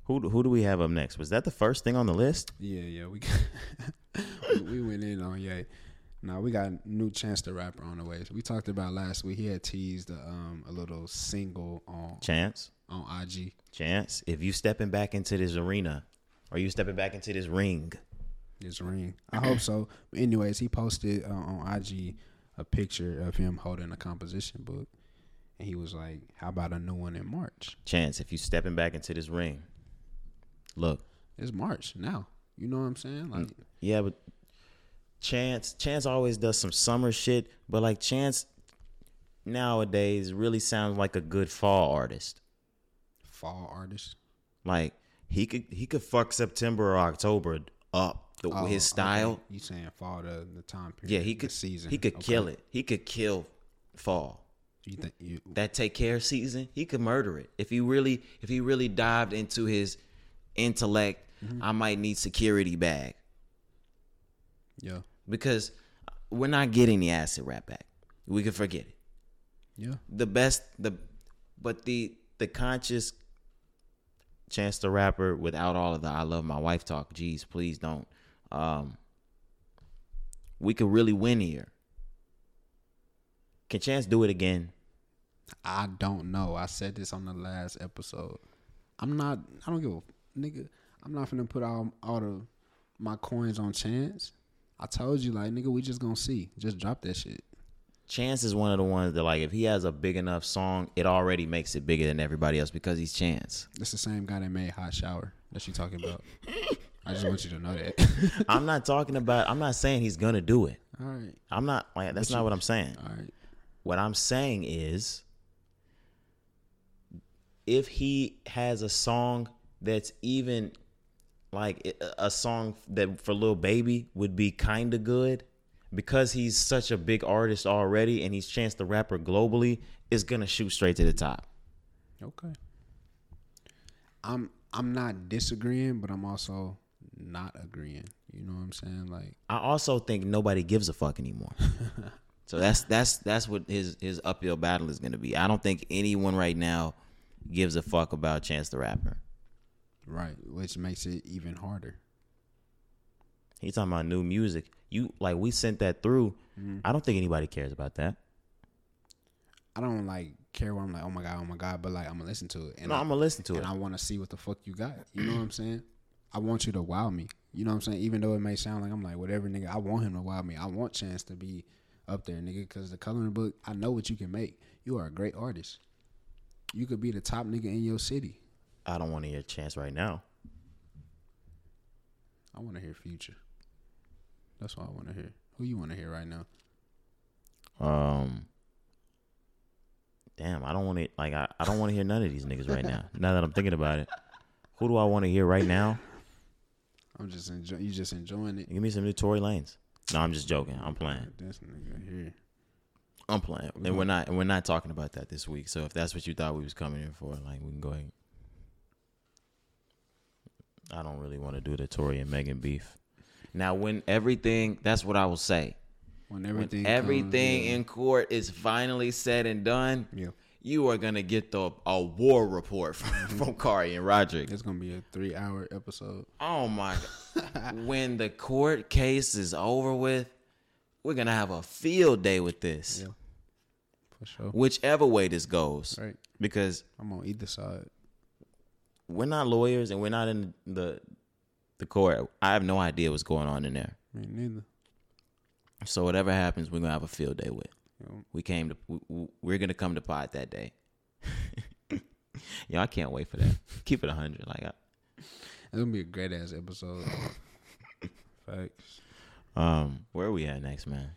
Speaker 1: Who do- who do we have up next? Was that the first thing on the list?
Speaker 2: Yeah, yeah, we we- we went in on yeah. Now we got a new Chance the Rapper on the way. we talked about last week. He had teased um, a little single on
Speaker 1: Chance,
Speaker 2: on IG.
Speaker 1: Chance. If you stepping back into this arena, or you stepping back into this ring,
Speaker 2: His ring. I hope so. But anyways, he posted uh, on IG a picture of him holding a composition book, and he was like, "How about a new one in March?
Speaker 1: Chance. If you stepping back into this ring, look.
Speaker 2: It's March now. You know what I'm
Speaker 1: Mm.
Speaker 2: saying? Like,
Speaker 1: Yeah, but Chance Chance always does some summer shit, but like Chance nowadays really sounds like a good fall artist.
Speaker 2: fall artist.
Speaker 1: Like he could he could fuck September or October up the,
Speaker 2: Oh,
Speaker 1: his style.
Speaker 2: okay. You saying fall the the time period?
Speaker 1: Yeah, he
Speaker 2: the
Speaker 1: could
Speaker 2: season.
Speaker 1: He could
Speaker 2: Okay.
Speaker 1: kill it. He could kill fall.
Speaker 2: You think you?
Speaker 1: That take care season, he could murder it. If he really if he really dived into his intellect,
Speaker 2: Mm-hmm.
Speaker 1: I might need security bag
Speaker 2: Yeah,
Speaker 1: because we're not getting the acid rap back. We can forget it.
Speaker 2: yeah.
Speaker 1: the best the but the the conscious chance the rapper without all of the i love my wife talk geez please don't um we could really win here can chance do it again
Speaker 2: I don't know. I said this on the last episode. I'm not. I don't give a nigga. I'm not finna put all all the my coins on chance. I told you, like nigga, we just gonna see. Just drop that shit.
Speaker 1: chance is one of the ones that like if he has a big enough song it already makes it bigger than everybody else because he's chance
Speaker 2: That's the same guy that made Hot Shower that you talking about. I just want you to know that.
Speaker 1: i'm not talking about i'm not saying he's gonna do it
Speaker 2: all right,
Speaker 1: i'm not like that's not what i'm saying
Speaker 2: all right.
Speaker 1: What I'm saying is, if he has a song that's even like a- a song that for Lil Baby would be kind of good, because he's such a big artist already and he's Chance the Rapper globally, is gonna shoot straight to the top.
Speaker 2: Okay. I'm I'm not disagreeing, but I'm also not agreeing. You know what I'm saying? Like
Speaker 1: I also think nobody gives a fuck anymore. so that's that's that's what his his uphill battle is gonna be. I don't think anyone right now gives a fuck about Chance the Rapper.
Speaker 2: right, which makes it even harder.
Speaker 1: He's talking about new music. You like we sent that through. I don't think anybody cares about that.
Speaker 2: I don't like care what I'm like, oh my god, oh my god, but like I'm gonna listen to it and
Speaker 1: no,
Speaker 2: I,
Speaker 1: I'm gonna listen to it.
Speaker 2: and I wanna see what the fuck you got. You know what I'm saying? I want you to wow me. You know what I'm saying? Even though it may sound like I'm like, whatever nigga, I want him to wow me. I want chance to be up there, nigga, cause the coloring book, I know what you can make. You are a great artist. You could be the top nigga in your city.
Speaker 1: I don't want to hear Chance right now.
Speaker 2: I wanna hear future. That's what I wanna hear. Who you wanna hear right now?
Speaker 1: Um, damn, I don't want to like I, I don't want to hear none of these niggas right now. Now that I'm thinking about it, who do I want to hear right now?
Speaker 2: I'm just enjoying you just enjoying it.
Speaker 1: Give me some new Tory Lanes. No, I'm just joking. I'm playing.
Speaker 2: This nigga here.
Speaker 1: I'm playing.
Speaker 2: Mm-hmm.
Speaker 1: And we're not and we're not talking about that this week. So if that's what you thought we was coming in for, like we can go ahead. I don't really want to do the Tory and Megan beef. Now when everything that's what I will say.
Speaker 2: When
Speaker 1: When
Speaker 2: everything
Speaker 1: everything,
Speaker 2: comes, yeah.
Speaker 1: in court is finally said and done,
Speaker 2: Yeah.
Speaker 1: you are gonna get the a war report from, from Kari and Roderick.
Speaker 2: It's gonna be a three hour episode.
Speaker 1: Oh my god. when the court case is over with, we're gonna have a field day with this.
Speaker 2: Yeah. For sure.
Speaker 1: Whichever way this goes.
Speaker 2: Right.
Speaker 1: Because
Speaker 2: I'm on either side.
Speaker 1: we're not lawyers and we're not in the the court. I have no idea what's going on in there.
Speaker 2: Me neither.
Speaker 1: So whatever happens, we're gonna have a field day with.
Speaker 2: Yeah.
Speaker 1: We came to we- we, we're gonna come to pot that day. Yo, I can't wait for that. Keep it hundred. Like, I-
Speaker 2: It's gonna be a great ass episode. Facts.
Speaker 1: um, where are we at next, man?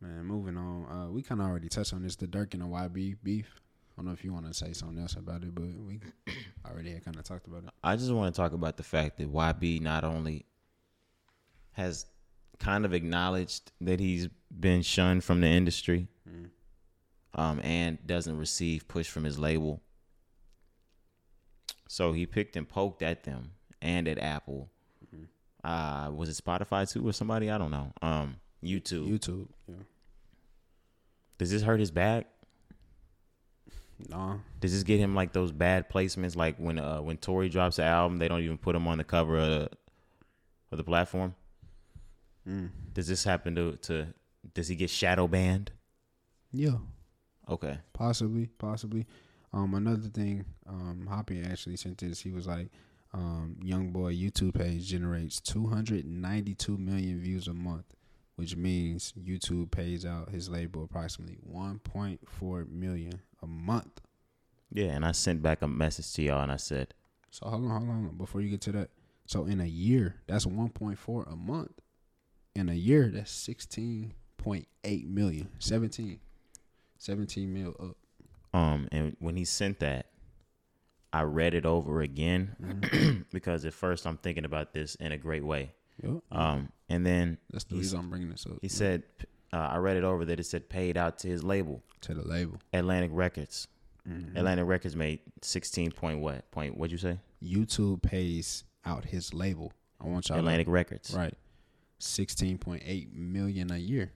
Speaker 2: Man, moving on. Uh, we kind of already touched on this. The Dirk and the YB beef. I don't know if you want to say something else about it, but we already had kind of talked about it.
Speaker 1: I just want to talk about the fact that YB not only has kind of acknowledged that he's been shunned from the industry, um, and doesn't receive push from his label So he picked and poked at them and at Apple. Uh, was it Spotify too or somebody? I don't know. Um, YouTube.
Speaker 2: YouTube. Yeah.
Speaker 1: Does this hurt his back?
Speaker 2: Nah.
Speaker 1: Does this get him like those bad placements? Like when uh when Tory drops an album, they don't even put him on the cover of the, of the platform.
Speaker 2: Mm.
Speaker 1: Does this happen to to? Does he get shadow banned?
Speaker 2: Yeah.
Speaker 1: Okay.
Speaker 2: Possibly, possibly. Um, another thing, um, Hoppy actually sent this. He was like, um, "Young boy YouTube page generates 292 million views a month, which means YouTube pays out his label approximately 1.4 million a month."
Speaker 1: Yeah, and I sent back a message to y'all and I said,
Speaker 2: So hold on, hold on. Before you get to that, so in a year, that's 1.4 a month. In a year, that's 16.8 million, 17, 17 mil up.
Speaker 1: um, and when he sent that, I read it over again because at first I'm thinking about this in a great way.
Speaker 2: Yep.
Speaker 1: Um, and then
Speaker 2: That's the reason I'm bringing this up.
Speaker 1: he said, uh, I read it over that it said paid out to his label.
Speaker 2: to the label.
Speaker 1: Atlantic Records. Atlantic Records made sixteen point what point? What'd you say?
Speaker 2: YouTube pays out his label. I want y'all
Speaker 1: Atlantic Records.
Speaker 2: to, right. Sixteen point eight million a year.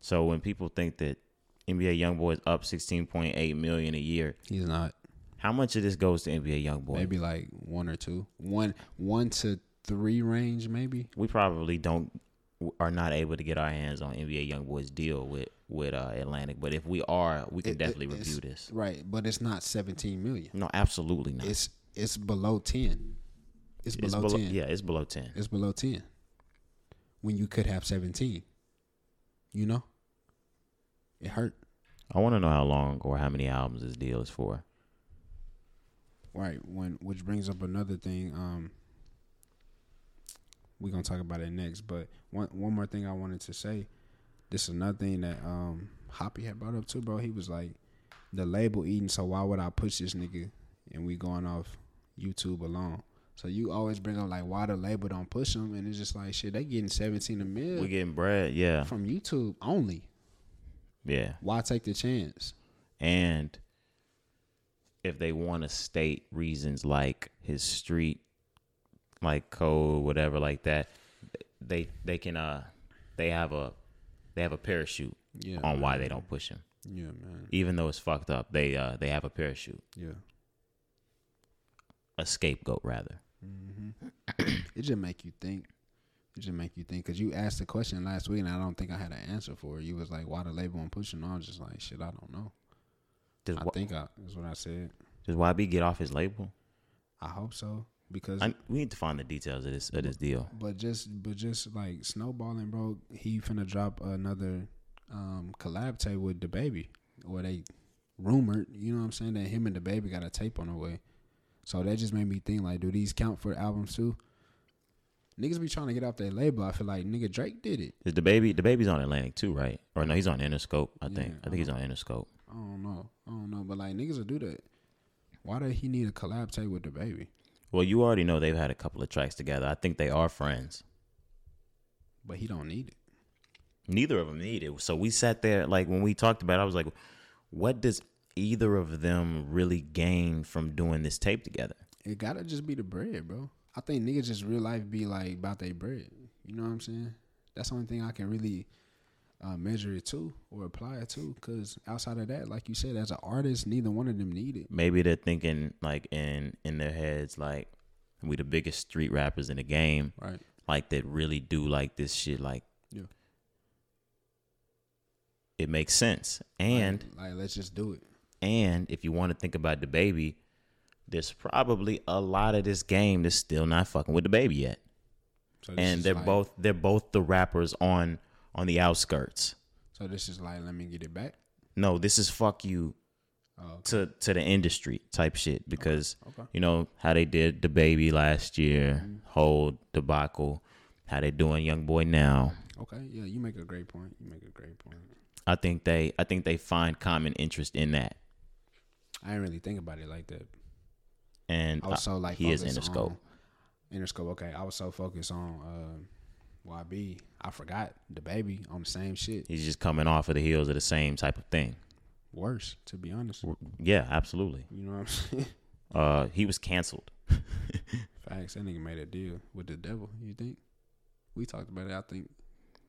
Speaker 1: So when people think that NBA YoungBoy is up sixteen point eight million a year,
Speaker 2: He's not.
Speaker 1: how much of this goes to NBA YoungBoy?
Speaker 2: Maybe like one or two. One one to three range maybe.
Speaker 1: We probably don't are not able to get our hands on NBA YoungBoy's deal with with uh, Atlantic, but if we are, we can
Speaker 2: It-
Speaker 1: definitely
Speaker 2: it-
Speaker 1: review
Speaker 2: it's-
Speaker 1: this.
Speaker 2: Right, but it's not seventeen million.
Speaker 1: No, absolutely not.
Speaker 2: It's it's below ten. It's
Speaker 1: It's
Speaker 2: below, ten.
Speaker 1: Yeah, it's below ten.
Speaker 2: It's below ten. When you could have seventeen. You know? It hurt.
Speaker 1: I want to know how long or how many albums this deal is for.
Speaker 2: Right. When which brings up another thing. Um, we're gonna talk about it next, but one one more thing I wanted to say. This is another thing that um Hoppy had brought up too, bro. He was like, the label eating, so why would I push this nigga? And we going off YouTube alone. So you always bring up like why the label don't push them, and it's just like shit. They getting seventeen a mil
Speaker 1: We getting bread, yeah,
Speaker 2: from YouTube only.
Speaker 1: yeah.
Speaker 2: Why take the chance?
Speaker 1: and if they want to state reasons like his street like code whatever like that they they can uh they have a they have a parachute
Speaker 2: Yeah,
Speaker 1: on why they don't push him
Speaker 2: Yeah, man.
Speaker 1: even though it's fucked up they uh they have a parachute
Speaker 2: Yeah.
Speaker 1: a scapegoat rather
Speaker 2: It just make you think. It just make you think because you asked the question last week, and I don't think I had an answer for it. You was like, "Why the label on pushing?" I was just like, "Shit, I don't know."
Speaker 1: does,
Speaker 2: I
Speaker 1: Wa-
Speaker 2: think I is what I said.
Speaker 1: does YB get off his label
Speaker 2: I hope so because,
Speaker 1: I, we need to find the details of this of this deal
Speaker 2: but just but just like snowballing, bro. He finna drop another um collab tape with the baby, or they rumored. You know what I'm saying? That him and the baby got a tape on the way. So that just made me think like, do these count for albums too? Niggas be trying to get off their label. I feel like nigga Drake did it.
Speaker 1: is the baby the baby's on atlantic too right or no he's on interscope i think
Speaker 2: Yeah,
Speaker 1: i think he's on interscope
Speaker 2: I don't know. I don't know. But like niggas will do that. Why did he need a collab tape with the baby?
Speaker 1: well you already know they've had a couple of tracks together i think they are friends
Speaker 2: But he don't need it.
Speaker 1: neither of them needed. So we sat there, like when we talked about, it, I was like, what does either of them really gain from doing this tape together?
Speaker 2: It gotta just be the bread, bro. I think niggas just real life be like about their bread. You know what I'm saying? That's the only thing I can really uh, measure it to or apply it to. Cause outside of that, like you said, as an artist, neither one of them need it.
Speaker 1: Maybe they're thinking like in in their heads like we the biggest street rappers in the game,
Speaker 2: Right.
Speaker 1: like that really do like this shit. Like
Speaker 2: Yeah.
Speaker 1: it makes sense. And
Speaker 2: like, like, let's just do it.
Speaker 1: and if you want to think about the baby, there's probably a lot of this game that's still not fucking with the baby yet.
Speaker 2: So this
Speaker 1: and
Speaker 2: is
Speaker 1: they're
Speaker 2: like-
Speaker 1: both they're both the rappers on on the outskirts.
Speaker 2: So this is like, let me get it back.
Speaker 1: No, this is fuck you
Speaker 2: Oh, okay.
Speaker 1: to to the industry type shit because
Speaker 2: okay.
Speaker 1: you know how they did the baby last year
Speaker 2: Mm-hmm.
Speaker 1: whole debacle, how they doing young boy now.
Speaker 2: okay. Yeah, you make a great point. You make a great point.
Speaker 1: I think they I think they find common interest in that.
Speaker 2: I didn't really think about it like that.
Speaker 1: And
Speaker 2: I
Speaker 1: uh,
Speaker 2: was so like
Speaker 1: he is in
Speaker 2: focused
Speaker 1: the scope.
Speaker 2: on- Interscope, okay. I was so focused on uh, YB, I forgot the baby on the same shit.
Speaker 1: He's just coming off of the heels of the same type of thing.
Speaker 2: Worse, to be honest.
Speaker 1: Yeah, absolutely.
Speaker 2: You know what I'm saying?
Speaker 1: Uh, he was canceled.
Speaker 2: Facts. That nigga made a deal with the devil. You think? We talked about it. I think.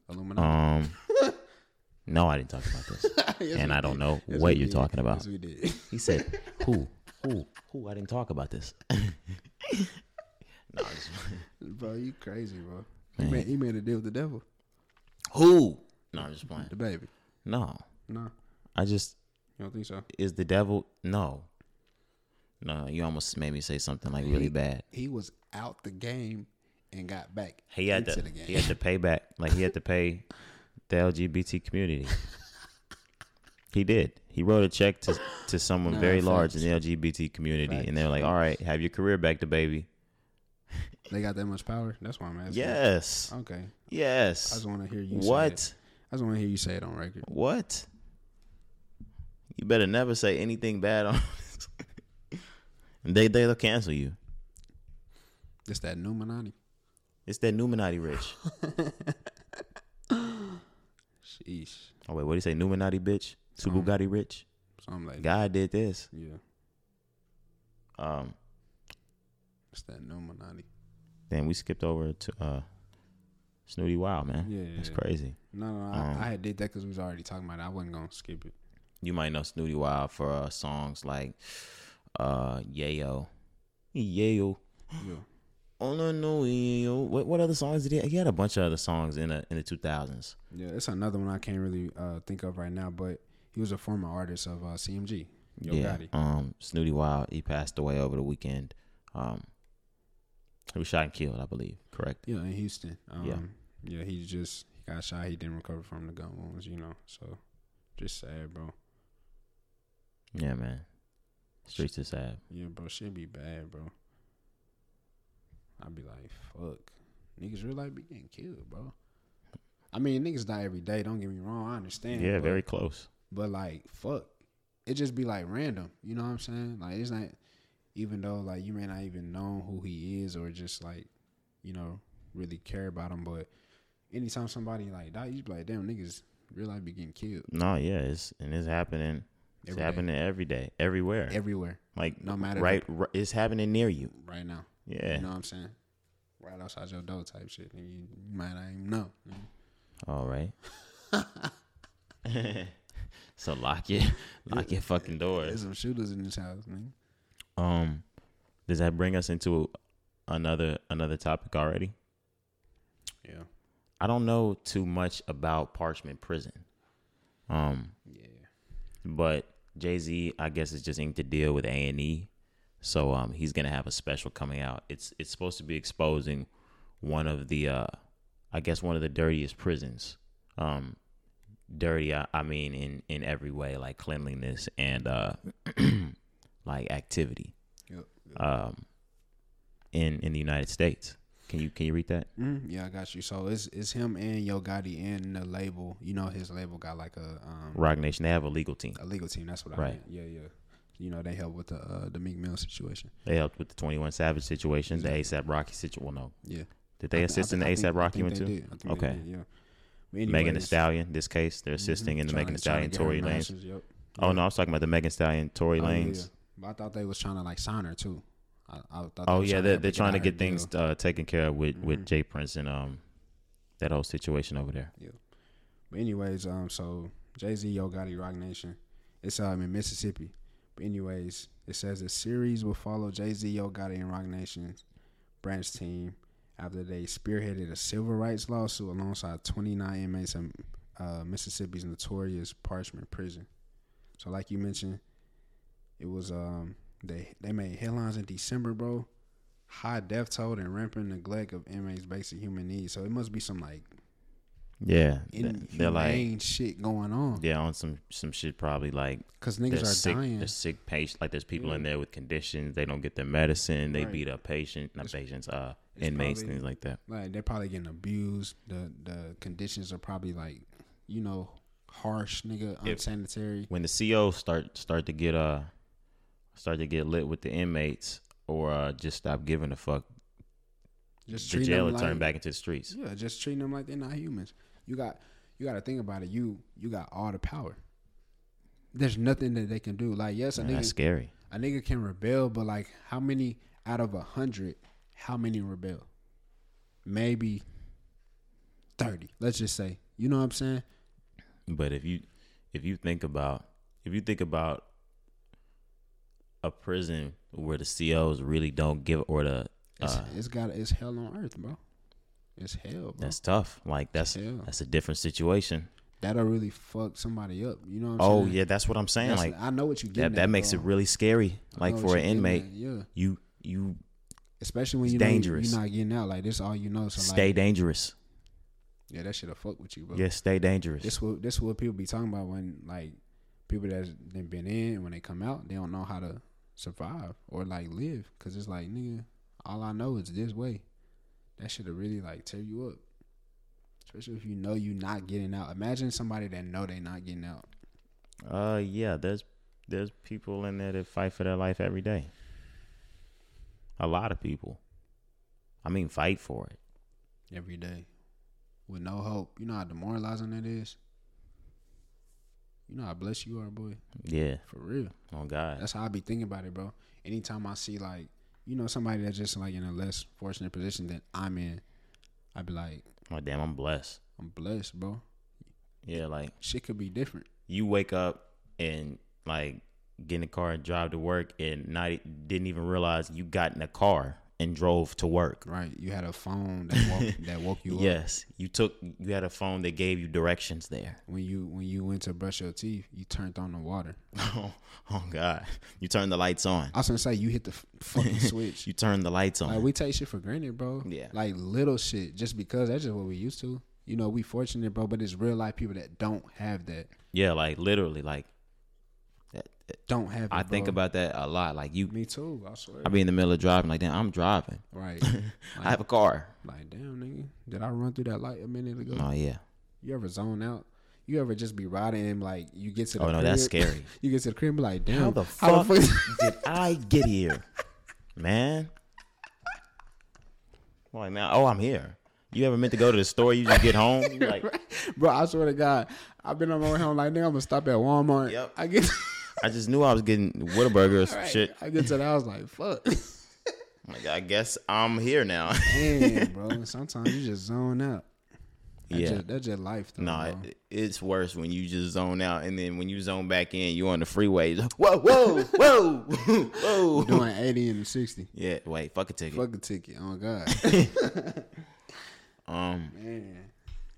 Speaker 2: Illuminati.
Speaker 1: Um, no, I didn't talk about this,
Speaker 2: Yes,
Speaker 1: Uh, and
Speaker 2: we
Speaker 1: I don't
Speaker 2: did.
Speaker 1: know
Speaker 2: Yes,
Speaker 1: what
Speaker 2: we
Speaker 1: you're
Speaker 2: did.
Speaker 1: talking about.
Speaker 2: Yes, we did.
Speaker 1: He said, "Who? Who? Who? I didn't talk about this." no, I'm just-
Speaker 2: bro, you crazy, bro. He made, he made a deal with the devil.
Speaker 1: who? No, I'm just playing.
Speaker 2: The baby.
Speaker 1: No,
Speaker 2: No, you
Speaker 1: I just
Speaker 2: don't think so?
Speaker 1: is the devil. No, no, you almost made me say something like really bad.
Speaker 2: He was out the game and got back
Speaker 1: He had
Speaker 2: into
Speaker 1: to.
Speaker 2: the game.
Speaker 1: He had to pay back. Like he had to pay the LGBT community. He did. He wrote a check to to someone
Speaker 2: Nah,
Speaker 1: very large
Speaker 2: facts.
Speaker 1: in the LGBT community,
Speaker 2: Facts,
Speaker 1: and they're like, "All right, have your career back, the baby."
Speaker 2: They got that much power. That's why I'm asking.
Speaker 1: Yes.
Speaker 2: Okay. I
Speaker 1: Yes.
Speaker 2: just want to hear you.
Speaker 1: What?
Speaker 2: Say it. I just want to hear you say it on record.
Speaker 1: What? You better never say anything bad on. they they'll cancel you.
Speaker 2: It's that Numinati.
Speaker 1: It's that Numinati rich.
Speaker 2: Sheesh.
Speaker 1: Oh wait, what do you say? Numinati bitch, to
Speaker 2: Mm-hmm.
Speaker 1: Bugatti rich.
Speaker 2: Something like that.
Speaker 1: God did this.
Speaker 2: Yeah.
Speaker 1: Um,
Speaker 2: It's that Numinati.
Speaker 1: then we skipped over to uh, Snooty Wow, man.
Speaker 2: Yeah, yeah,
Speaker 1: that's
Speaker 2: yeah.
Speaker 1: crazy. Um,
Speaker 2: No, no, I, I had did that because we was already talking about it. I wasn't gonna skip it.
Speaker 1: You might know Snooty Wow for uh, songs like uh, Yayo, Yayo.
Speaker 2: Yeah.
Speaker 1: Oh no no Yayo. What what other songs did he? He had a bunch of other songs in the in the two thousands.
Speaker 2: Yeah, it's another one I can't really uh, think of right now, but he was a former artist of uh, CMG. Yo
Speaker 1: yeah.
Speaker 2: Gotti.
Speaker 1: Um, Snooty Wild, he passed away over the weekend. Um, he was shot and killed, I believe. Correct.
Speaker 2: Yeah, in Houston. Um,
Speaker 1: Yeah.
Speaker 2: yeah. he just he got shot. He didn't recover from the gun wounds, you know. So just sad, bro.
Speaker 1: Yeah, man. Streets is sad.
Speaker 2: Yeah, bro, shit be bad, bro. I'd be like, fuck. Niggas really like be getting killed, bro. I mean, niggas die every day. Don't get me wrong. I understand.
Speaker 1: yeah,
Speaker 2: but-
Speaker 1: very close.
Speaker 2: But like, fuck, it just be like random. You know what I'm saying? Like it's not even though like you may not even know who he is or just like you know really care about him. But anytime somebody like die, you be like, damn niggas real life be getting killed
Speaker 1: No, yeah, it's and it's happening. It's
Speaker 2: Every day.
Speaker 1: happening every day, everywhere.
Speaker 2: everywhere
Speaker 1: like
Speaker 2: no matter the-
Speaker 1: right, right, it's happening near you.
Speaker 2: right now.
Speaker 1: Yeah.
Speaker 2: You know what I'm saying? Right outside your door type shit, and you might not even know.
Speaker 1: All
Speaker 2: nigga.
Speaker 1: right. so lock your lock your fucking doors.
Speaker 2: There's some shooters in this house, man.
Speaker 1: Um, does that bring us into another another topic already?
Speaker 2: Yeah,
Speaker 1: I don't know too much about Parchment Prison. Um,
Speaker 2: yeah.
Speaker 1: but Jay Z, I guess, is just inked a deal with A and E, so um, he's gonna have a special coming out. It's it's supposed to be exposing one of the, uh, I guess, one of the dirtiest prisons. Um, dirty, I, I mean, in in every way, like cleanliness and uh, like activity.
Speaker 2: Yep.
Speaker 1: Um, in in the United States, can you can you read that?
Speaker 2: Mm, yeah, I got you. So it's it's him and Yo Gotti and the label. You know, his label got like a um,
Speaker 1: Rock Nation, they have a legal team.
Speaker 2: a legal team. That's what I
Speaker 1: Right.
Speaker 2: meant. Yeah, yeah. You know, they help with the uh, the Meek Mill situation.
Speaker 1: They helped with the Twenty One Savage situation, the ASAP Rocky situation. Well, no,
Speaker 2: Yeah.
Speaker 1: did they
Speaker 2: I thi-
Speaker 1: assist
Speaker 2: I
Speaker 1: in the
Speaker 2: thi- I
Speaker 1: ASAP
Speaker 2: think-
Speaker 1: Rocky
Speaker 2: I
Speaker 1: one
Speaker 2: think they
Speaker 1: too?
Speaker 2: did. I think they
Speaker 1: Okay.
Speaker 2: did, yeah. But
Speaker 1: Megan
Speaker 2: anyways, Mm-hmm.
Speaker 1: Thee Stallion, this case, they're assisting in the
Speaker 2: tryna-
Speaker 1: Megan Thee
Speaker 2: tryna
Speaker 1: Stallion,
Speaker 2: get her
Speaker 1: Tory
Speaker 2: in the
Speaker 1: Lanez.
Speaker 2: houses, Yep.
Speaker 1: Oh no, I was talking about the Megan Stallion, Tory
Speaker 2: Oh, yeah,
Speaker 1: Lanez.
Speaker 2: yeah. But I thought they was trying to like sign her too. I, I thought they
Speaker 1: Oh
Speaker 2: was
Speaker 1: yeah,
Speaker 2: tryna
Speaker 1: they're,
Speaker 2: help her
Speaker 1: they're trying to
Speaker 2: out
Speaker 1: get
Speaker 2: her
Speaker 1: things
Speaker 2: deal.
Speaker 1: uh, taken care of with
Speaker 2: Mm-hmm.
Speaker 1: with Jay Prince and um that whole situation over there.
Speaker 2: But anyways, um, so Jay Z, Yo Gotti, Rock Nation, it's um in Mississippi. But anyways, it says the series will follow Jay Z, Yo Gotti, and Rock Nation's branch team after they spearheaded a civil rights lawsuit alongside 29 inmates in uh, Mississippi's notorious Parchment Prison. So, like you mentioned, it was um they they made headlines in December, bro. High death toll and rampant neglect of inmates' basic human needs. So it must be some like Mm-hmm.
Speaker 1: Yeah, th- they're like
Speaker 2: inhumane shit going on.
Speaker 1: yeah on some some shit probably like
Speaker 2: Cause
Speaker 1: they're
Speaker 2: niggas are
Speaker 1: sick,
Speaker 2: dying.
Speaker 1: they're sick patients. Like there's people in there with conditions, they don't get their medicine, they
Speaker 2: Right.
Speaker 1: beat up patients, not patients, uh inmates,
Speaker 2: probably-
Speaker 1: things like that.
Speaker 2: Like they're probably getting abused. The the conditions are probably like, you know, harsh, nigga, unsanitary.
Speaker 1: when the
Speaker 4: E
Speaker 1: COs start start to get uh start to get lit with the inmates or uh, just stop giving a fuck,
Speaker 2: Just
Speaker 1: the
Speaker 2: treating
Speaker 1: jail
Speaker 2: them
Speaker 1: will
Speaker 2: like,
Speaker 1: turn back into the streets.
Speaker 2: Yeah, just treating them like they're not humans. You got you got to think about it. You you got all the power. There's nothing that they can do. Like yes, a
Speaker 1: Man, that's
Speaker 2: nigga,
Speaker 1: scary.
Speaker 2: a nigga can rebel, but like how many out of a hundred, how many rebel? Maybe thirty. Let's just say. You know what I'm saying?
Speaker 4: But if you if you think about if you think about a prison where the COs really don't give or the
Speaker 2: It's,
Speaker 4: uh,
Speaker 2: it's got it's hell on earth, bro. It's hell, bro.
Speaker 4: that's tough. Like that's
Speaker 2: Yeah.
Speaker 4: that's a different situation.
Speaker 2: That'll really fuck somebody up. You know what I'm
Speaker 4: Oh
Speaker 2: saying?
Speaker 4: yeah, that's what I'm saying.
Speaker 2: That's-
Speaker 4: like
Speaker 2: I know what you get.
Speaker 4: that that makes it really scary. Like for an inmate,
Speaker 2: Yeah.
Speaker 4: you you
Speaker 2: Especially when
Speaker 4: It's
Speaker 2: you know you-
Speaker 4: dangerous.
Speaker 2: you're not getting out. Like this all you know. So like
Speaker 4: stay dangerous.
Speaker 2: Yeah, that shit'll fuck with you, bro.
Speaker 4: Yeah, stay dangerous.
Speaker 2: This what this what people be talking about when like people that's done been in and when they come out, they don't know how to survive or like live because it's like nigga, all I know is this way. That shit'll really like tear you up, especially if you know you not getting out. Imagine somebody that know they not getting out.
Speaker 4: Uh, yeah. There's there's people in there that fight for their life every day. A lot of people. I mean, fight for it.
Speaker 2: every day with no hope. You know how demoralizing that is? You know how blessed you are, boy.
Speaker 4: Yeah.
Speaker 2: For real.
Speaker 4: Oh God.
Speaker 2: That's how I be thinking about it, bro. Anytime I see like, you know, somebody that's just like in a less fortunate position than I'm in, I be like,
Speaker 4: Oh damn. I'm blessed.
Speaker 2: I'm blessed, bro.
Speaker 4: Yeah. Like
Speaker 2: Shit could be different.
Speaker 4: you wake up and like get in the car and drive to work and not e, didn't even realize you got in a car and drove to work.
Speaker 2: Right. You had a phone that woke that woke you up.
Speaker 4: Yes, you took you had a phone that gave you directions there.
Speaker 2: When you when you went to brush your teeth, you turned on the water.
Speaker 4: Oh, oh God! You turned the lights on.
Speaker 2: I was gonna say you hit the f- fucking switch.
Speaker 4: You turned the lights on.
Speaker 2: Like we take shit for granted, bro.
Speaker 4: Yeah.
Speaker 2: Like little shit, just because that's just what we used to. You know, we fortunate, bro. But it's real life people that don't have that.
Speaker 4: yeah, like literally, like that- that-
Speaker 2: Don't have. It,
Speaker 1: I think
Speaker 2: bro.
Speaker 1: about that a lot. Like you,
Speaker 2: me too. I swear.
Speaker 1: I be in the middle of driving. Like damn, I'm driving.
Speaker 2: right.
Speaker 1: I have a car.
Speaker 2: Like damn, nigga, did I run through that light a minute ago?
Speaker 1: Oh yeah,
Speaker 2: You ever zone out? You ever just be riding and like you get to the
Speaker 4: Oh, no, that's
Speaker 2: crib-
Speaker 4: scary.
Speaker 2: you get to the crib and be like, damn,
Speaker 4: how the
Speaker 2: how
Speaker 4: fuck
Speaker 2: the
Speaker 4: did I get here, man? Like now, oh, I'm here. You ever meant to go to the store? You just get home. you Like
Speaker 2: bro? I swear to God, I've been on my way home. Like nigga, I'm gonna stop at Walmart.
Speaker 4: Yep.
Speaker 2: I get
Speaker 4: I just knew I was getting Whataburger or some shit.
Speaker 2: I get to that. I was like, fuck.
Speaker 4: Like I guess I'm here now.
Speaker 2: Damn, bro. Sometimes you just zone out. That
Speaker 4: Yeah.
Speaker 2: just, that's just life. Though,
Speaker 4: No,
Speaker 2: bro.
Speaker 4: it, it's worse when you just zone out, and then when you zone back in, you on the freeway. Just, Whoa, whoa, whoa, whoa.
Speaker 2: doing eighty and sixty.
Speaker 4: Yeah, wait, fuck a ticket.
Speaker 2: Fuck a ticket. Oh God,
Speaker 4: Um,
Speaker 2: man,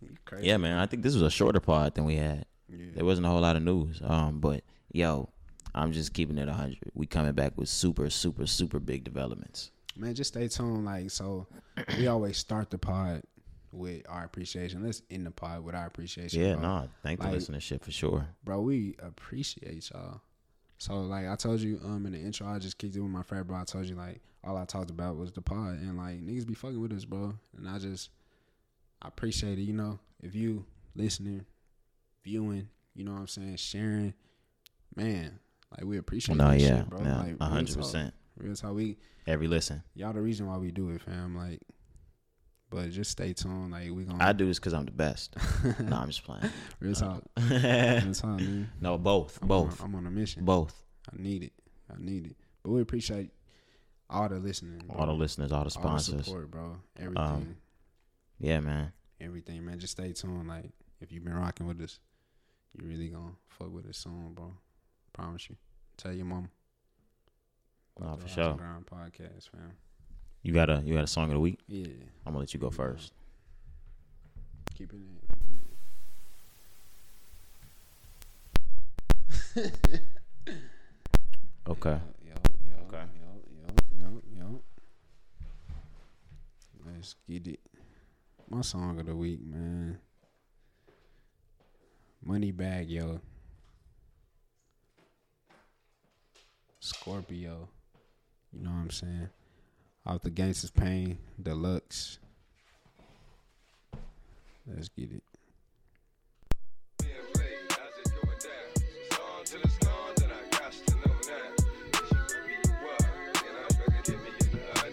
Speaker 2: you crazy.
Speaker 1: yeah, man. I think this was a shorter pod than we had. There wasn't a whole lot of news. Um, but yo, I'm just keeping it 100. We coming back with super, super, super big developments.
Speaker 2: Man, just stay tuned. Like so, we always start the pod with our appreciation. Let's end the pod with our appreciation.
Speaker 1: Yeah,
Speaker 2: bro.
Speaker 1: nah. Thank the
Speaker 2: Like-
Speaker 1: listenership for sure.
Speaker 2: bro, we appreciate y'all. So like I told you um in the intro, I just kicked it with my friend, bro. I told you like all I talked about was the pod and like niggas be fucking with us, bro. And I just I appreciate it, you know. If you listening, viewing, you know what I'm saying, sharing, man, like we appreciate
Speaker 1: No,
Speaker 2: that
Speaker 1: yeah,
Speaker 2: shit, bro.
Speaker 1: no,
Speaker 2: like real
Speaker 1: 100%.
Speaker 2: talk. Real talk, we
Speaker 1: Every listen.
Speaker 2: y'all the reason why we do it, fam. Like, but just stay tuned. Like we gonna
Speaker 1: I do this because I'm the best. no, I'm just playing.
Speaker 2: real talk, real talk, man.
Speaker 1: No, both,
Speaker 2: I'm
Speaker 1: both,
Speaker 2: On, I'm on a mission.
Speaker 1: both.
Speaker 2: I need it. I need it. But we appreciate all the listening, bro.
Speaker 1: All the Um, listeners, all the
Speaker 2: All the
Speaker 1: sponsors.
Speaker 2: support, bro. Everything,
Speaker 1: yeah, man.
Speaker 2: everything, man. Just stay tuned. Like if you've been rocking with us, you really gonna fuck with us soon, bro. Promise you. Tell your mom.
Speaker 1: Nah, for sure.
Speaker 2: Ground podcast, fam.
Speaker 1: You got a you got a song of the week.
Speaker 2: Yeah,
Speaker 1: I'm gonna let you go first.
Speaker 2: keeping it. Keeping it.
Speaker 1: Okay.
Speaker 2: Yo, yo,
Speaker 4: Okay.
Speaker 2: yo, yo, yo, yo. Let's get it. My song of the week, man. Money bag, yo. Scorpio. You know what I'm saying? Off the Gangsta's Pain Deluxe. Let's get it.
Speaker 5: Uh-huh.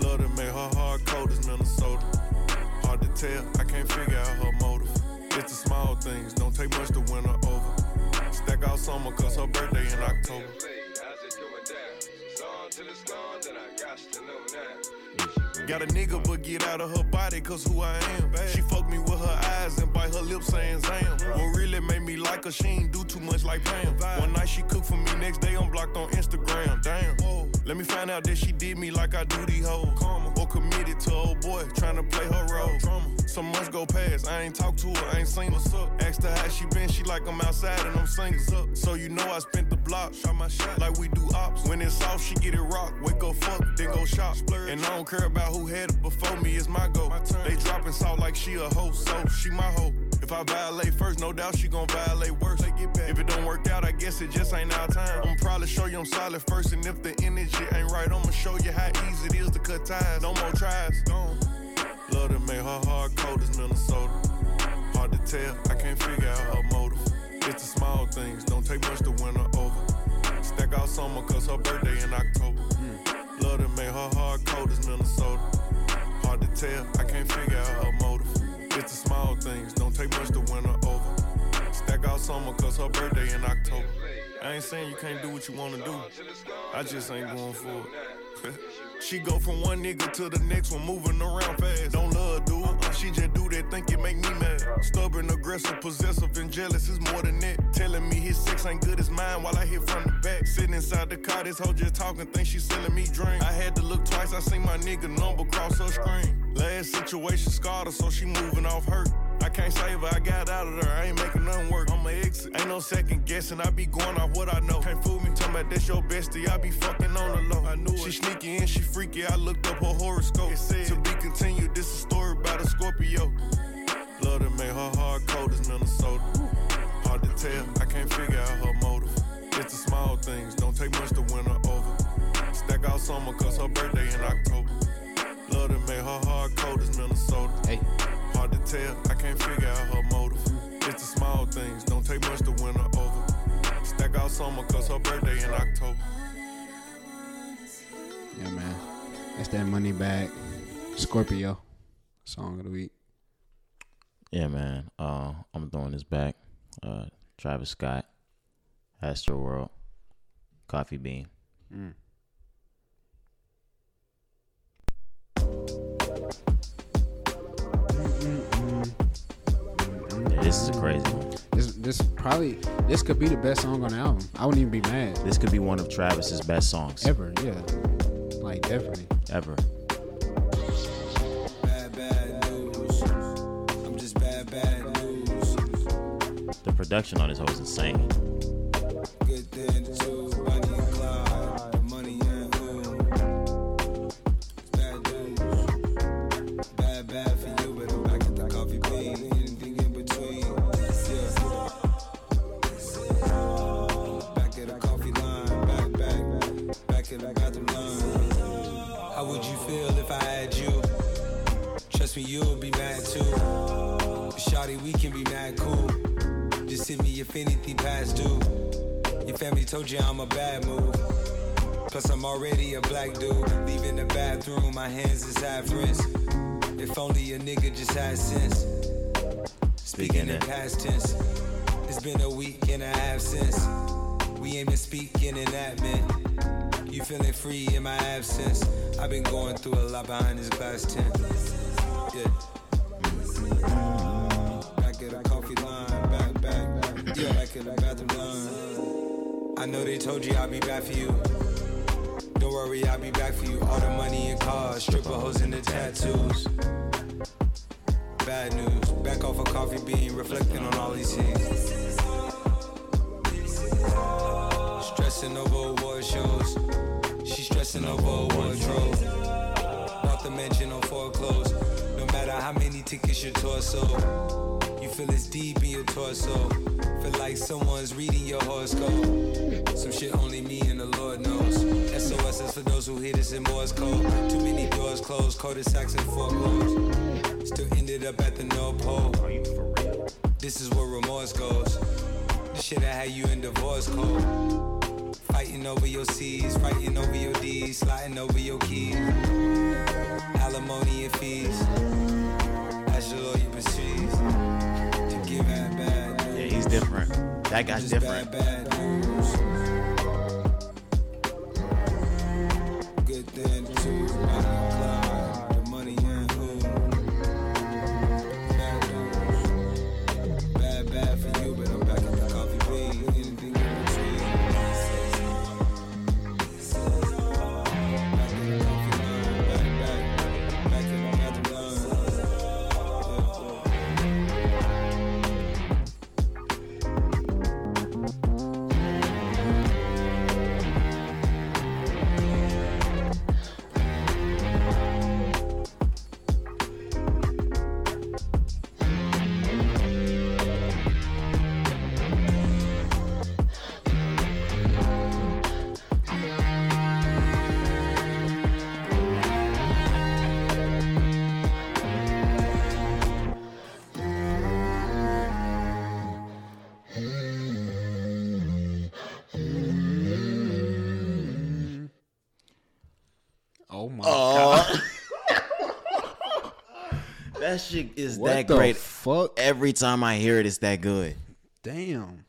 Speaker 5: Love to make her hard cold as Minnesota. Hard to tell, I can't figure out her motive. It's the small things, don't take much to win her over. summer, cause her birthday in October. Got a nigga, but get out of her body, cause who I am. She fuck me with her eyes and bite her lips saying Zam. What really made me like her, she ain't do too much like Pam. One night she cooked for me, next day I'm blocked on Instagram. Damn. Let me find out that she did me like I do these hoes. Or committed to old boy, trying to play her role. Some months go past, I ain't talk to her, I ain't seen what's up. Asked her how she been, she like I'm outside and I'm singles up. So you know I spent the block, shot my shot like we do ops. When it's off, she get it rock. Wake up, fuck, then go shop. And I don't care about who had it before me, it's my go. They dropping salt like she a hoe, so she my hoe. If I violate first, no doubt she gon' violate worse. If it don't work out, I guess it just ain't our time. I'ma probably show you I'm solid first, and if the energy ain't right, I'ma show you how easy it is to cut ties. No more tries. Gone. Love to make her hard cold as Minnesota. Hard to tell, I can't figure out her motive. It's the small things, don't take much to win her over. Stack out summer, cause her birthday in October. Love to make her hard cold as Minnesota. Hard to tell, I can't figure out her motive. It's the small things, don't take much to win her over. Stack out summer, cause her birthday in October. I ain't saying you can't do what you wanna do, I just ain't going for it. She go from one nigga to the next one, moving around fast. Don't love, do it. She just do that, think it make me mad. Stubborn, aggressive, possessive, and jealous is more than that. Telling me his sex ain't good as mine while I hit from the back. Sitting inside the car, this hoe just talking, think she selling me drink. I had to look twice, I seen my nigga number cross her screen. Last situation scarred her, so she moving off hurt. I can't save her, I got out of there. I ain't making nothing work. I'ma exit. Ain't no second guessing. I be going off what I know. Can't fool me. Talking about this your bestie. I be fucking on the low. I knew she sneaky and she freaky. I looked up her horoscope. It said to be continued. This a story about a Scorpio. Love that made her hard cold as Minnesota. Hard to tell. I can't figure out her motive. It's the small things. Don't take much to win her over. Stack out summer cause her birthday in October. Love that made her hard cold as Minnesota.
Speaker 1: Hey.
Speaker 5: Hard to tell, I can't figure out her motive. It's the small things, don't take much to win her over. Stack out summer, cause her birthday in October.
Speaker 2: Yeah, man. That's that money bag. Scorpio. Song of the week.
Speaker 1: Yeah, man. Uh, I'm throwing this back. Uh, Travis Scott, Astro World, Coffee Bean. Yeah, this is a crazy one.
Speaker 2: This this probably this could be the best song on the album. I wouldn't even be mad.
Speaker 1: This could be one of Travis's best songs ever.
Speaker 2: Ever, yeah. Like definitely.
Speaker 6: Bad, bad news. I'm just bad, bad news.
Speaker 1: The production on this hoe is insane.
Speaker 6: Good thing too. Bonnie and Clyde. The money and who. Bad news. Bad, bad for you, but I'm back at the coffee bean. Anything in between. Yeah. Back at the coffee line. Back, back. Back at the bathroom line. How would you feel if I had you? Trust me, you'll be mad too. Shawty, we can be mad cool. Just hit me if anything past due. Your family told you I'm a bad move. Plus, I'm already a black dude. Leaving the bathroom, my hands is half rinsed. If only a nigga just had sense. Speaking in
Speaker 1: it.
Speaker 6: past tense, it's been a week and a half since we aim to speak in an admin. You feeling free in my absence? I've been going through a lot behind this glass tent. Yeah. Back at the coffee line, back, back, back. Yeah, back at the bathroom line. I know they told you I'll be back for you. Don't worry, I'll be back for you. All the money and cars, stripper hoes and the tattoos. Bad news. Back off a coffee bean, reflecting on all these things. Stressing over award shows. She's stressing over a wardrobe. Bought the mansion on foreclosed. No matter how many tickets your torso. You feel it's deep in your torso. Feel like someone's reading your horoscope. Some shit only me and the Lord knows. SOS is for those who hear this in Morse code. Too many doors closed, cul-de-sacs and foreclosed. Still ended up at the North Pole. This is where remorse goes. This shit I had you in divorce code. Fighting over your C's, fighting over your D's, sliding over your keys. Alimony and fees. That's your lawyer proceeds to give out bad news.
Speaker 1: Yeah, he's different.
Speaker 4: That guy's
Speaker 6: Just
Speaker 4: different.
Speaker 6: Bad, bad news. Good then too. Clyde, the money and who? Bad news. Bad, bad for you, but I'm back at the coffee bean. Anything in between. Back in the coffee line, back, back, back in the other line. Yeah, yeah.
Speaker 2: Oh my
Speaker 1: That shit is
Speaker 2: What
Speaker 1: that
Speaker 2: the
Speaker 1: great. E-
Speaker 2: fuck?
Speaker 1: Every time I hear it, it's that good.
Speaker 2: damn.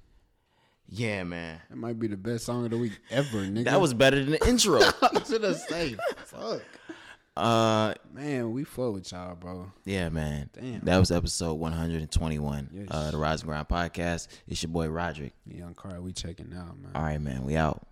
Speaker 1: Yeah, man.
Speaker 2: That might be the best song of the week ever, nigga.
Speaker 1: That was better than the intro.
Speaker 2: gonna say. Fuck.
Speaker 1: uh,
Speaker 2: Man, we fuck with y'all, bro.
Speaker 1: yeah, man.
Speaker 2: Damn.
Speaker 1: That was episode 121.
Speaker 2: Yes.
Speaker 1: Uh, the Rise and Grind podcast. It's your boy Roderick.
Speaker 2: Young Carl, we checking out, man.
Speaker 1: All right, man. We out.